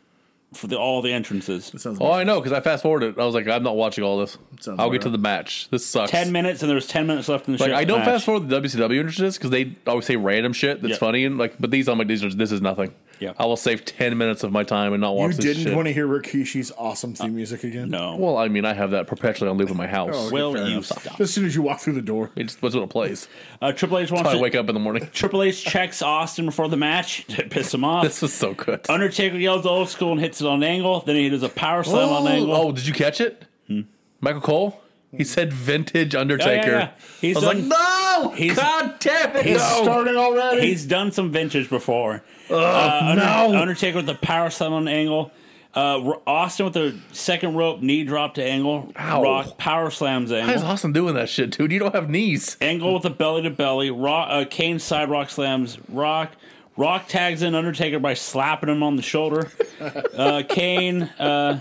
Speaker 1: for the, all the entrances.
Speaker 4: Sounds
Speaker 2: Oh, I know, because I fast forwarded. I was like, I'm not watching all this.
Speaker 4: Sounds
Speaker 2: I'll get
Speaker 4: alright.
Speaker 2: to the match. This sucks.
Speaker 1: 10 minutes, and there was 10 minutes left in the
Speaker 2: Like
Speaker 1: show.
Speaker 2: I don't
Speaker 1: match.
Speaker 2: fast forward the WCW entrances because they always say random shit that's
Speaker 1: Yeah.
Speaker 2: funny and like. But these, I'm like, these are this is nothing.
Speaker 1: Yeah.
Speaker 2: I will save ten minutes of my time and not
Speaker 4: You
Speaker 2: watch this
Speaker 4: didn't
Speaker 2: shit.
Speaker 4: want to hear Rikishi's awesome theme music again?
Speaker 1: No.
Speaker 2: well, I mean, I have that perpetually on loop in my house.
Speaker 1: Will
Speaker 4: fair
Speaker 1: you
Speaker 4: enough.
Speaker 1: stop?
Speaker 4: As soon as you walk through the door,
Speaker 2: It just that's what it plays.
Speaker 1: Uh, Triple H wants
Speaker 2: I
Speaker 1: to,
Speaker 2: wake up in the morning.
Speaker 1: Triple H checks Austin before the match to piss him off.
Speaker 2: This is so good.
Speaker 1: Undertaker yells old school and hits it on Angle. Then he does a power slam on Angle.
Speaker 2: oh, did you catch it? Michael Cole. He said vintage Undertaker.
Speaker 1: Yeah, yeah, yeah. He's
Speaker 2: I was
Speaker 1: done-
Speaker 2: like, no,
Speaker 1: he's-
Speaker 2: God damn it, no.
Speaker 4: starting already.
Speaker 1: He's done some vintage before. uh, Under- Undertaker with the power slam on angle. Uh, Ro- Austin with the second rope knee drop to angle.
Speaker 2: Ow.
Speaker 1: Rock power slams
Speaker 2: Why is
Speaker 1: angle.
Speaker 2: Austin doing that shit, dude? You don't have knees.
Speaker 1: Angle with the belly to belly. Rock, uh, Kane side rock slams Rock. Rock tags in Undertaker by slapping him on the shoulder. uh, Kane uh,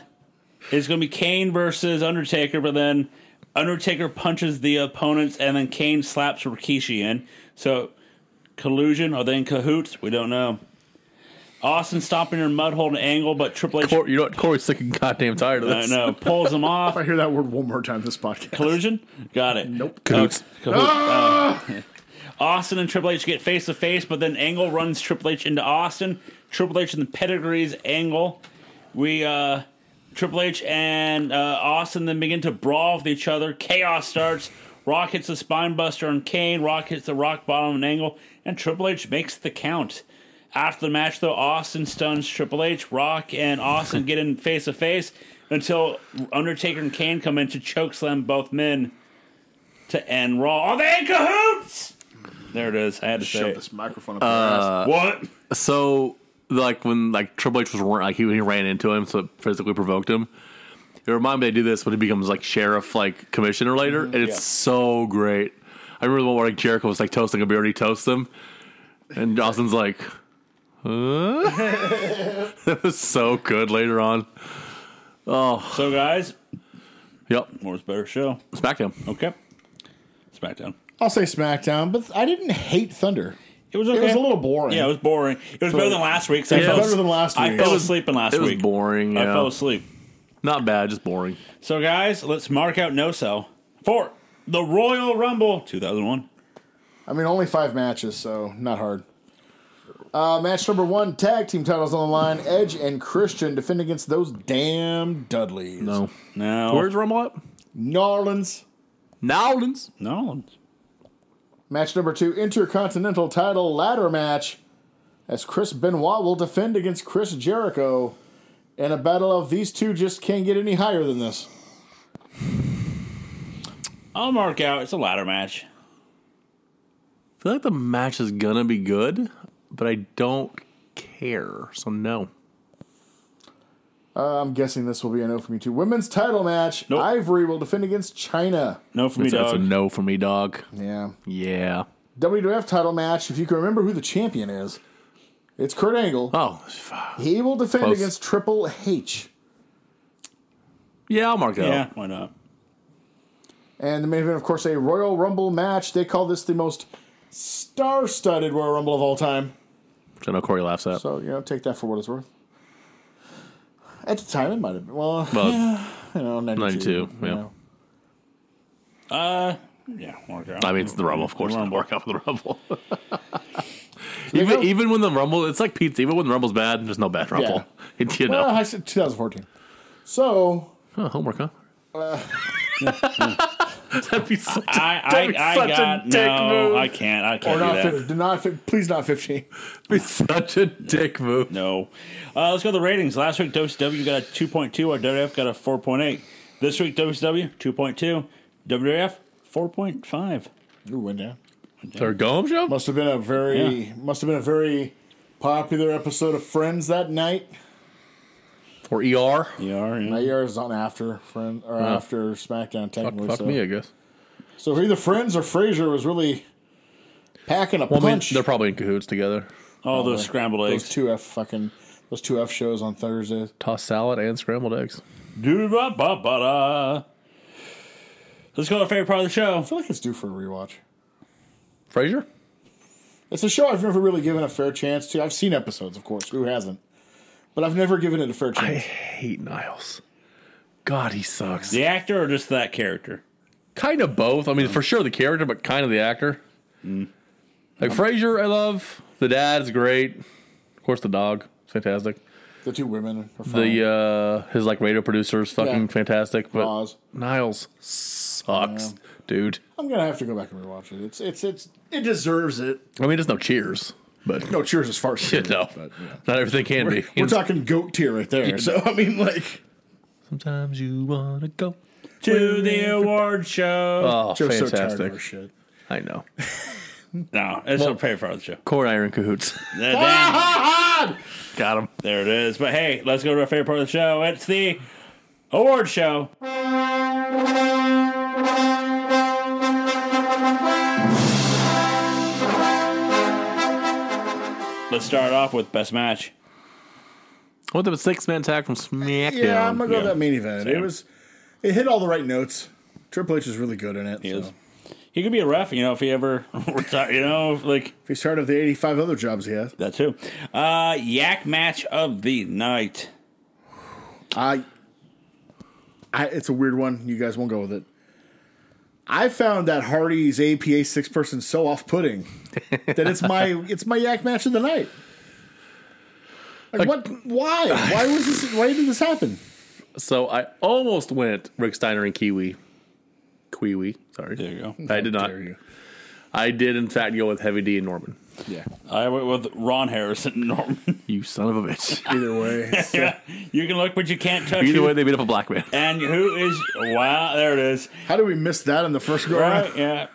Speaker 1: is going to be Kane versus Undertaker, but then Undertaker punches the opponents, and then Kane slaps Rikishi in. So collusion? Are they in cahoots? We don't know. Austin stopping in mud hole and angle, but Triple H
Speaker 2: Cor- you know what? Corey's sick and goddamn tired of
Speaker 1: I
Speaker 2: this.
Speaker 1: know, pulls him off.
Speaker 4: I hear that word one more time this podcast.
Speaker 1: Collusion? Got it. Nope.
Speaker 2: Cahoots.
Speaker 1: Austin and Triple H get face to face, but then Angle runs Triple H into Austin. Triple H and the pedigrees Angle. We uh Triple H and uh, Austin then begin to brawl with each other. Chaos starts. Rock hits the spine buster on Kane. Rock hits the rock bottom on Angle, and Triple H makes the count. After the match, though, Austin stuns Triple H. Rock and Austin get in face to face until Undertaker and Kane come in to chokeslam both men to end Raw. Are they in cahoots? There it is. I had to say
Speaker 3: Shove
Speaker 1: it. Uh,
Speaker 3: this microphone up your ass.
Speaker 1: What?
Speaker 2: So, like when like Triple H was run- like he, he ran into him, so it physically provoked him. It reminded me they do this when he becomes like sheriff, like commissioner later, and it's
Speaker 1: yeah.
Speaker 2: so great. I remember the one where like Jericho was like toasting a beer and he toasts him, and Austin's like, huh? "That was so good." Later on,
Speaker 1: So, guys,
Speaker 2: yep,
Speaker 1: more's better show.
Speaker 2: SmackDown.
Speaker 1: Okay. SmackDown.
Speaker 3: I'll say SmackDown, but I didn't hate Thunder.
Speaker 1: It was okay.
Speaker 3: It was a little boring.
Speaker 1: Yeah, it was boring. It was better than last week. 'cause I
Speaker 2: Yeah.
Speaker 1: fell
Speaker 3: Better than last
Speaker 1: I
Speaker 3: week.
Speaker 1: fell
Speaker 3: It
Speaker 2: was-
Speaker 1: asleep in last
Speaker 2: It was
Speaker 1: week.
Speaker 2: boring.
Speaker 1: I
Speaker 2: yeah.
Speaker 1: fell asleep.
Speaker 2: Not bad, just boring.
Speaker 1: So, guys, let's mark out no so for the Royal Rumble 2001.
Speaker 3: I mean, only five matches, so not hard. Uh, match number one, tag team titles on the line. Edge and Christian defend against those damn Dudleys.
Speaker 2: No,
Speaker 1: No.
Speaker 2: where's Rumble at?
Speaker 3: New Orleans.
Speaker 2: Nowlands.
Speaker 1: no.
Speaker 3: Match number two, intercontinental title ladder match, as Chris Benoit will defend against Chris Jericho in a battle of these two just can't get any higher than this.
Speaker 1: I'll mark out. It's a ladder match.
Speaker 2: feel like the match is gonna be good, but I don't care. So no.
Speaker 3: I'm guessing this will be a no for me too. Women's title match.
Speaker 1: Nope.
Speaker 3: Ivory will defend against China.
Speaker 1: No for me,
Speaker 2: That's, that's a
Speaker 1: dog.
Speaker 2: no for me, dog.
Speaker 3: Yeah.
Speaker 2: Yeah.
Speaker 3: WWF title match. If you can remember who the champion is, it's Kurt Angle.
Speaker 2: Oh, f-
Speaker 3: He will defend
Speaker 2: Close.
Speaker 3: against Triple H.
Speaker 2: yeah. I'll mark that.
Speaker 1: Yeah,
Speaker 2: out.
Speaker 1: why not?
Speaker 3: And the main event, of course, a Royal Rumble match. They call this the most star-studded Royal Rumble of all time.
Speaker 2: Which I know Corey laughs at.
Speaker 3: So you know, take that for what it's worth. At the time, it might have been well,
Speaker 2: Well,
Speaker 3: you know, ninety-two.
Speaker 2: 92,
Speaker 3: you
Speaker 2: yeah.
Speaker 3: know.
Speaker 1: Uh, yeah, work out.
Speaker 2: I mean, it's the rumble, of course. It'll work out for the rumble.
Speaker 3: go-
Speaker 2: even even when the rumble, it's like pizza. Even when the rumble's bad, there's no bad rumble. It, you know,
Speaker 3: Well, I said 2014. So
Speaker 2: Huh, homework, huh? that'd be such a,
Speaker 1: I,
Speaker 2: that'd be
Speaker 1: I, I
Speaker 2: such
Speaker 1: got
Speaker 2: a dick
Speaker 1: no.
Speaker 2: move.
Speaker 1: I can't. I
Speaker 3: or
Speaker 1: can't
Speaker 3: not,
Speaker 1: do that.
Speaker 3: fif- do not fif- please not 15.
Speaker 2: That'd be such a dick move.
Speaker 1: No. Uh, let's go to the ratings. Last week, WCW got a 2.2. Our WWF got a 4.8. This week, WCW, 2.2. WWF, 4.5.
Speaker 3: Ooh, went down.
Speaker 2: Their golem show?
Speaker 3: Must have been a very must have been a very popular episode of Friends that night.
Speaker 2: Or ER?
Speaker 1: ER, yeah.
Speaker 3: IR is on after Friend or after SmackDown technically.
Speaker 2: Fuck
Speaker 3: so.
Speaker 2: me, I guess.
Speaker 3: So either Friends or Frasier was really packing a
Speaker 2: Well, I mean,
Speaker 3: punch.
Speaker 2: they're probably in cahoots together.
Speaker 1: All those scrambled
Speaker 3: those
Speaker 1: eggs.
Speaker 3: two F fucking those two F shows on Thursdays.
Speaker 2: Toss salad and scrambled eggs.
Speaker 1: Doo-ba-ba-ba-da. Let's go to our favorite part of the show.
Speaker 3: I feel like it's due for a rewatch.
Speaker 2: Frasier?
Speaker 3: It's a show I've never really given a fair chance to. I've seen episodes, of course. Who hasn't? But I've never given it a fair
Speaker 2: I
Speaker 3: chance.
Speaker 2: hate Niles. God, he sucks.
Speaker 1: The actor or just that character?
Speaker 2: Kind of both. I mean, for sure the character, but kind of the actor.
Speaker 3: Mm.
Speaker 2: Like Frasier, I love. The dad's great. Of course, the dog. It's fantastic.
Speaker 3: the two women are fine.
Speaker 2: The uh his like radio producer is fucking
Speaker 3: Yeah.
Speaker 2: fantastic. But
Speaker 3: Oz.
Speaker 2: Niles sucks, dude.
Speaker 3: I'm gonna have to go back and rewatch it. It's it's it's
Speaker 4: It deserves it.
Speaker 2: I mean, there's no Cheers, but
Speaker 3: no Oh, cheers as far as
Speaker 2: you know, not everything can be.
Speaker 3: We're talking goat tier right there. So I mean, like
Speaker 2: Sometimes you wanna go.
Speaker 1: To the award show.
Speaker 2: Oh,
Speaker 3: Joe's so tired of
Speaker 2: fantastic!
Speaker 3: our shit.
Speaker 2: I know.
Speaker 1: no, it's our favorite part of the show.
Speaker 2: Corey and I are in cahoots.
Speaker 1: There, there-
Speaker 2: Got him.
Speaker 1: there it is. But hey, let's go to our favorite part of the show. It's the award show. Let's start off with best match.
Speaker 2: I went to a six man tag from SmackDown.
Speaker 4: Yeah, I'm gonna go
Speaker 1: Yeah.
Speaker 4: with that main event.
Speaker 1: Same.
Speaker 4: It was, it hit all the right notes. Triple H is really good in it.
Speaker 1: He
Speaker 4: so.
Speaker 1: is. He could be a ref, you know, if he ever retire, you know, like
Speaker 4: If he started with the 85 other jobs he has,
Speaker 1: that too. Uh, yak match of the night.
Speaker 4: I, I, it's a weird one. You guys won't go with it. I found that Hardy's APA six person so off putting that it's my it's my yak match of the night. Like, what? Why? Why was this? Why did this happen?
Speaker 2: So I almost went Rick Steiner and Kiwi. Kiwi, sorry.
Speaker 1: There you go.
Speaker 2: I did not.
Speaker 4: Dare you.
Speaker 2: I did, in fact, go with Heavy D and Norman.
Speaker 4: Yeah.
Speaker 1: I went with Ron Harrison and Norman.
Speaker 2: You son of a bitch.
Speaker 4: Either way, it's, uh,
Speaker 1: you can look, but you can't touch.
Speaker 2: Either
Speaker 1: who-
Speaker 2: way, they beat up a black man.
Speaker 1: And who is? Wow, there it is.
Speaker 4: how did we miss that in the first go? around?
Speaker 1: Right? Yeah.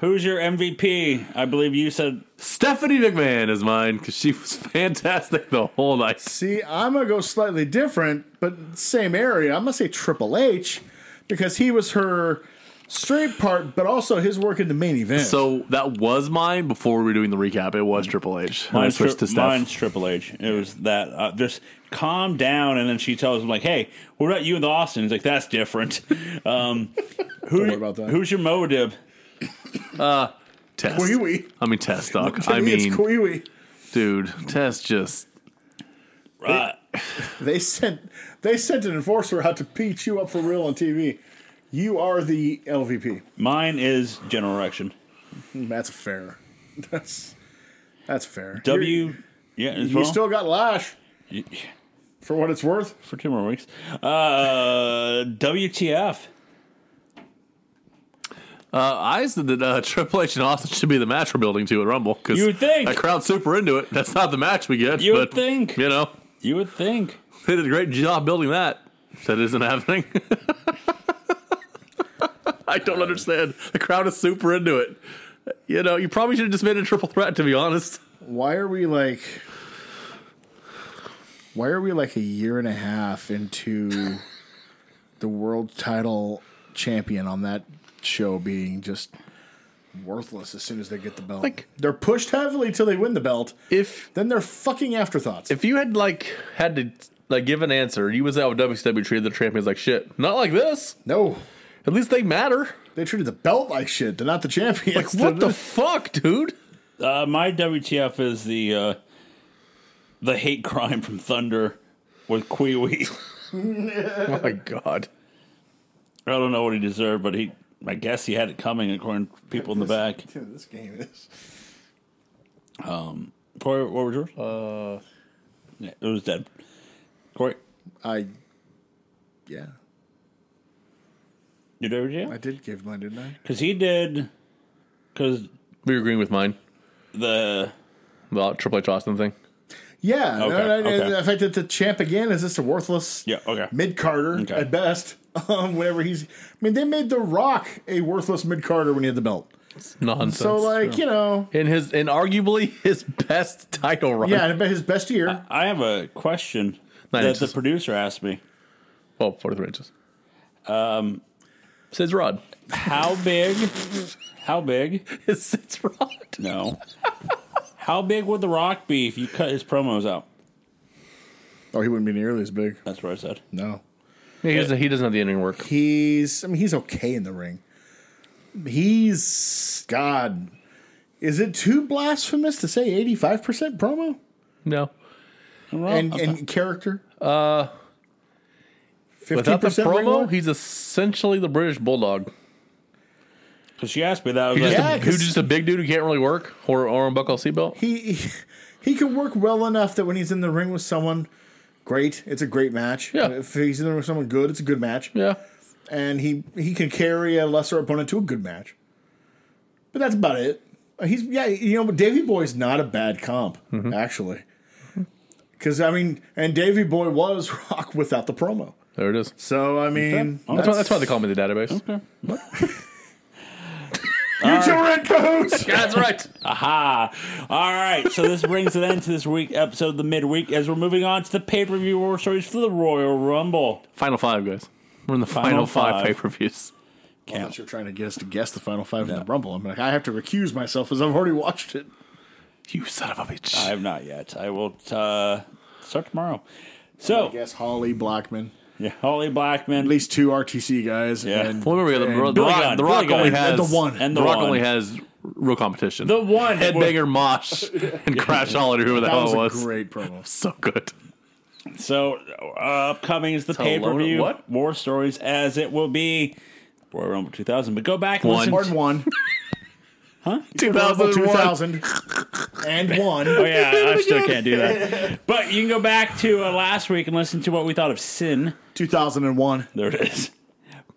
Speaker 1: Who's your MVP? I believe you said
Speaker 2: Stephanie McMahon is mine because she was fantastic the whole night.
Speaker 4: See, I'm gonna go slightly different, but same area. I'm gonna say Triple H because he was her straight part, but also his work in the main event.
Speaker 2: So that was mine before we were doing the recap. It was Triple H. And I
Speaker 1: mine's,
Speaker 2: switched
Speaker 1: tri-
Speaker 2: to Steph.
Speaker 1: mine's Triple H. It was that. Uh, just calm down, and then she tells him like, "Hey, what about you and the Austin?" He's like, "That's different." Um, who,
Speaker 4: worry about that.
Speaker 1: Who's your Moadib?
Speaker 2: Test.
Speaker 4: Wee wee.
Speaker 2: I mean, Test, Doc.
Speaker 4: To
Speaker 2: I
Speaker 4: me,
Speaker 2: mean,
Speaker 4: it's Wee Wee.
Speaker 2: dude, Test just.
Speaker 1: Uh,
Speaker 4: They sent they sent an enforcer out to beat you up for real on TV. You are the LVP.
Speaker 1: mine is General Erection.
Speaker 4: Mm, That's fair. That's that's fair.
Speaker 1: W. Yeah, as
Speaker 4: You
Speaker 1: well.
Speaker 4: still got Lash for what it's worth.
Speaker 1: for two more weeks. Uh, WTF?
Speaker 2: Uh, I said that uh, Triple H and Austin should be the match we're building to at Rumble because
Speaker 1: You would think.
Speaker 2: that crowd's super into it. That's not the match we get.
Speaker 1: You would
Speaker 2: but,
Speaker 1: think.
Speaker 2: You know,
Speaker 1: You would think.
Speaker 2: they did a great job building that. That isn't happening. I don't understand. The crowd is super into it. You know, you probably should have just made it a triple threat, to be honest.
Speaker 3: Why are we like? Why are we like a year and a half into the world title champion on that show being just worthless as soon as they get the belt?
Speaker 2: Like-
Speaker 3: they're pushed heavily till they win the belt.
Speaker 2: If
Speaker 3: Then they're fucking afterthoughts.
Speaker 2: if you had like had to like give an answer, you was out with WCW treated the champions like shit. Not like this.
Speaker 3: no,
Speaker 2: At least they matter.
Speaker 3: they treated the belt like shit. They're not the champions.
Speaker 2: Like what the fuck, dude?
Speaker 1: Uh, my WTF is the uh, the hate crime from Thunder with Queewee.
Speaker 2: Oh my god.
Speaker 1: I don't know what he deserved, but he, I guess he had it coming according to people in the back.
Speaker 3: Dude, this game is.
Speaker 1: Corey, what was yours? Uh, yeah, it was dead. Corey,
Speaker 3: I. Yeah,
Speaker 1: you did
Speaker 3: I
Speaker 1: WTF?
Speaker 3: did give mine, didn't I?
Speaker 1: Because he did, because
Speaker 2: We were agreeing with mine.
Speaker 1: the
Speaker 2: The Triple H Austin thing.
Speaker 3: Yeah, no,
Speaker 1: Okay,
Speaker 3: no, no,
Speaker 1: okay.
Speaker 3: the fact that the champ again is just a worthless
Speaker 1: Yeah, okay.
Speaker 3: mid Carter
Speaker 1: Okay.
Speaker 3: at best. Um, whenever he's, I mean, they made The Rock a worthless mid Carter when he had the belt.
Speaker 2: Nonsense.
Speaker 3: So like you know,
Speaker 2: in his in arguably his best title run.
Speaker 3: yeah, and about his best year.
Speaker 1: I have a question
Speaker 2: Nine
Speaker 1: that
Speaker 2: inches.
Speaker 1: the producer asked me.
Speaker 2: Well, 43 inches. Um, Sid's Rod.
Speaker 1: How big? how big?
Speaker 2: It's Sid's Rod.
Speaker 1: No. how big would The Rock be if you cut his promos out?
Speaker 3: oh, he wouldn't be nearly as big.
Speaker 1: That's what I said.
Speaker 3: No,
Speaker 2: He doesn't, he doesn't have the ending work.
Speaker 3: he's. I mean, he's okay in the ring. He's God. Is it too blasphemous to say eighty five percent promo
Speaker 2: No.
Speaker 3: and, and character? Uh,
Speaker 2: Without the promo,
Speaker 3: regular?
Speaker 2: he's essentially the British Bulldog.
Speaker 1: Because she asked me that. I was
Speaker 2: Who's
Speaker 1: like,
Speaker 2: just,
Speaker 3: Yeah,
Speaker 2: a,
Speaker 3: 'cause-
Speaker 2: who's just a big dude who can't really work or, or unbuckle a seatbelt.
Speaker 3: he he- he can work well enough that when he's in the ring with someone great, it's a great match.
Speaker 2: Yeah.
Speaker 3: If he's in the ring with someone good, it's a good match.
Speaker 2: Yeah.
Speaker 3: And he he can carry a lesser opponent to a good match. But that's about it. He's yeah, you know, but Davy Boy's not a bad comp
Speaker 2: Mm-hmm.
Speaker 3: actually. Cuz I mean, and Davy Boy was Rock without the promo.
Speaker 2: There it is.
Speaker 3: So I mean,
Speaker 2: That's, why, that's why they call me the database.
Speaker 3: you two red coats.
Speaker 2: That's right.
Speaker 1: aha. All right. So this brings an end to this week episode of the midweek as we're moving on to the pay per view war stories for the Royal Rumble.
Speaker 2: Final five, guys. We're in the final,
Speaker 1: Final
Speaker 2: five
Speaker 1: five.
Speaker 2: pay per views.
Speaker 3: I thought you were trying to get us to guess the final five in the Rumble. I'm like, I have to recuse myself as I've already watched it.
Speaker 2: You son of a bitch.
Speaker 1: I have not yet. I will uh, start tomorrow. So,
Speaker 3: guess Holly Blackman.
Speaker 1: yeah, Holly
Speaker 3: At
Speaker 1: Blackman
Speaker 3: least two RTC guys.
Speaker 1: Yeah.
Speaker 3: And,
Speaker 2: well, remember, the, the,
Speaker 1: Billy
Speaker 2: Rock,
Speaker 1: Gunn,
Speaker 2: the
Speaker 1: Billy
Speaker 2: Rock
Speaker 1: Gunn.
Speaker 2: only
Speaker 1: And
Speaker 2: has
Speaker 3: the one.
Speaker 1: and
Speaker 2: the,
Speaker 1: the,
Speaker 2: Rock
Speaker 1: one.
Speaker 2: only has real competition.
Speaker 1: the one. that was-
Speaker 2: Headbanger Mosh and Crash Holiday, whoever the
Speaker 3: that
Speaker 2: hell
Speaker 3: was
Speaker 2: it
Speaker 3: a
Speaker 2: was.
Speaker 3: great promo.
Speaker 2: So good.
Speaker 1: So uh, upcoming is the
Speaker 2: a
Speaker 1: pay per
Speaker 2: load of
Speaker 1: view
Speaker 2: what?
Speaker 1: War Stories, as it will be Royal Rumble 2000. But go back and
Speaker 2: One.
Speaker 1: listen.
Speaker 3: Part one,
Speaker 2: 2001.
Speaker 3: 2000, and one.
Speaker 1: Oh yeah, I still can't do that. But you can go back to uh, last week and listen to what we thought of Sin.
Speaker 3: 2001.
Speaker 1: There it is.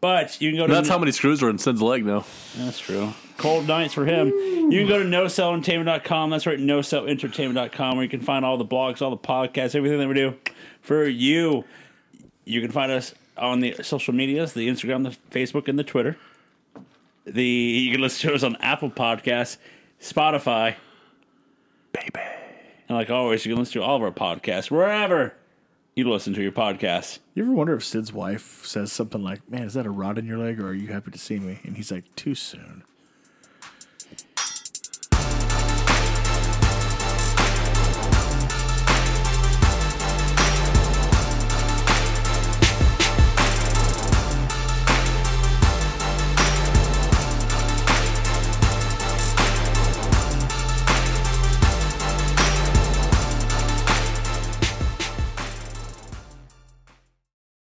Speaker 1: But you can go to
Speaker 2: That's how many screws are in Sin's leg now.
Speaker 1: That's true. Cold nights for him. You can go to nocellentertainment.com. That's right, nocellentertainment.com, where you can find all the blogs, all the podcasts, everything that we do for you. You can find us on the social medias, the Instagram, the Facebook, and the Twitter. The you can listen to us on Apple Podcasts, Spotify,
Speaker 2: Baby.
Speaker 1: and like always, you can listen to all of our podcasts wherever you listen to your podcasts.
Speaker 3: You ever wonder if Sid's wife says something like, Man, is that a rod in your leg or are you happy to see me? And he's like, Too soon.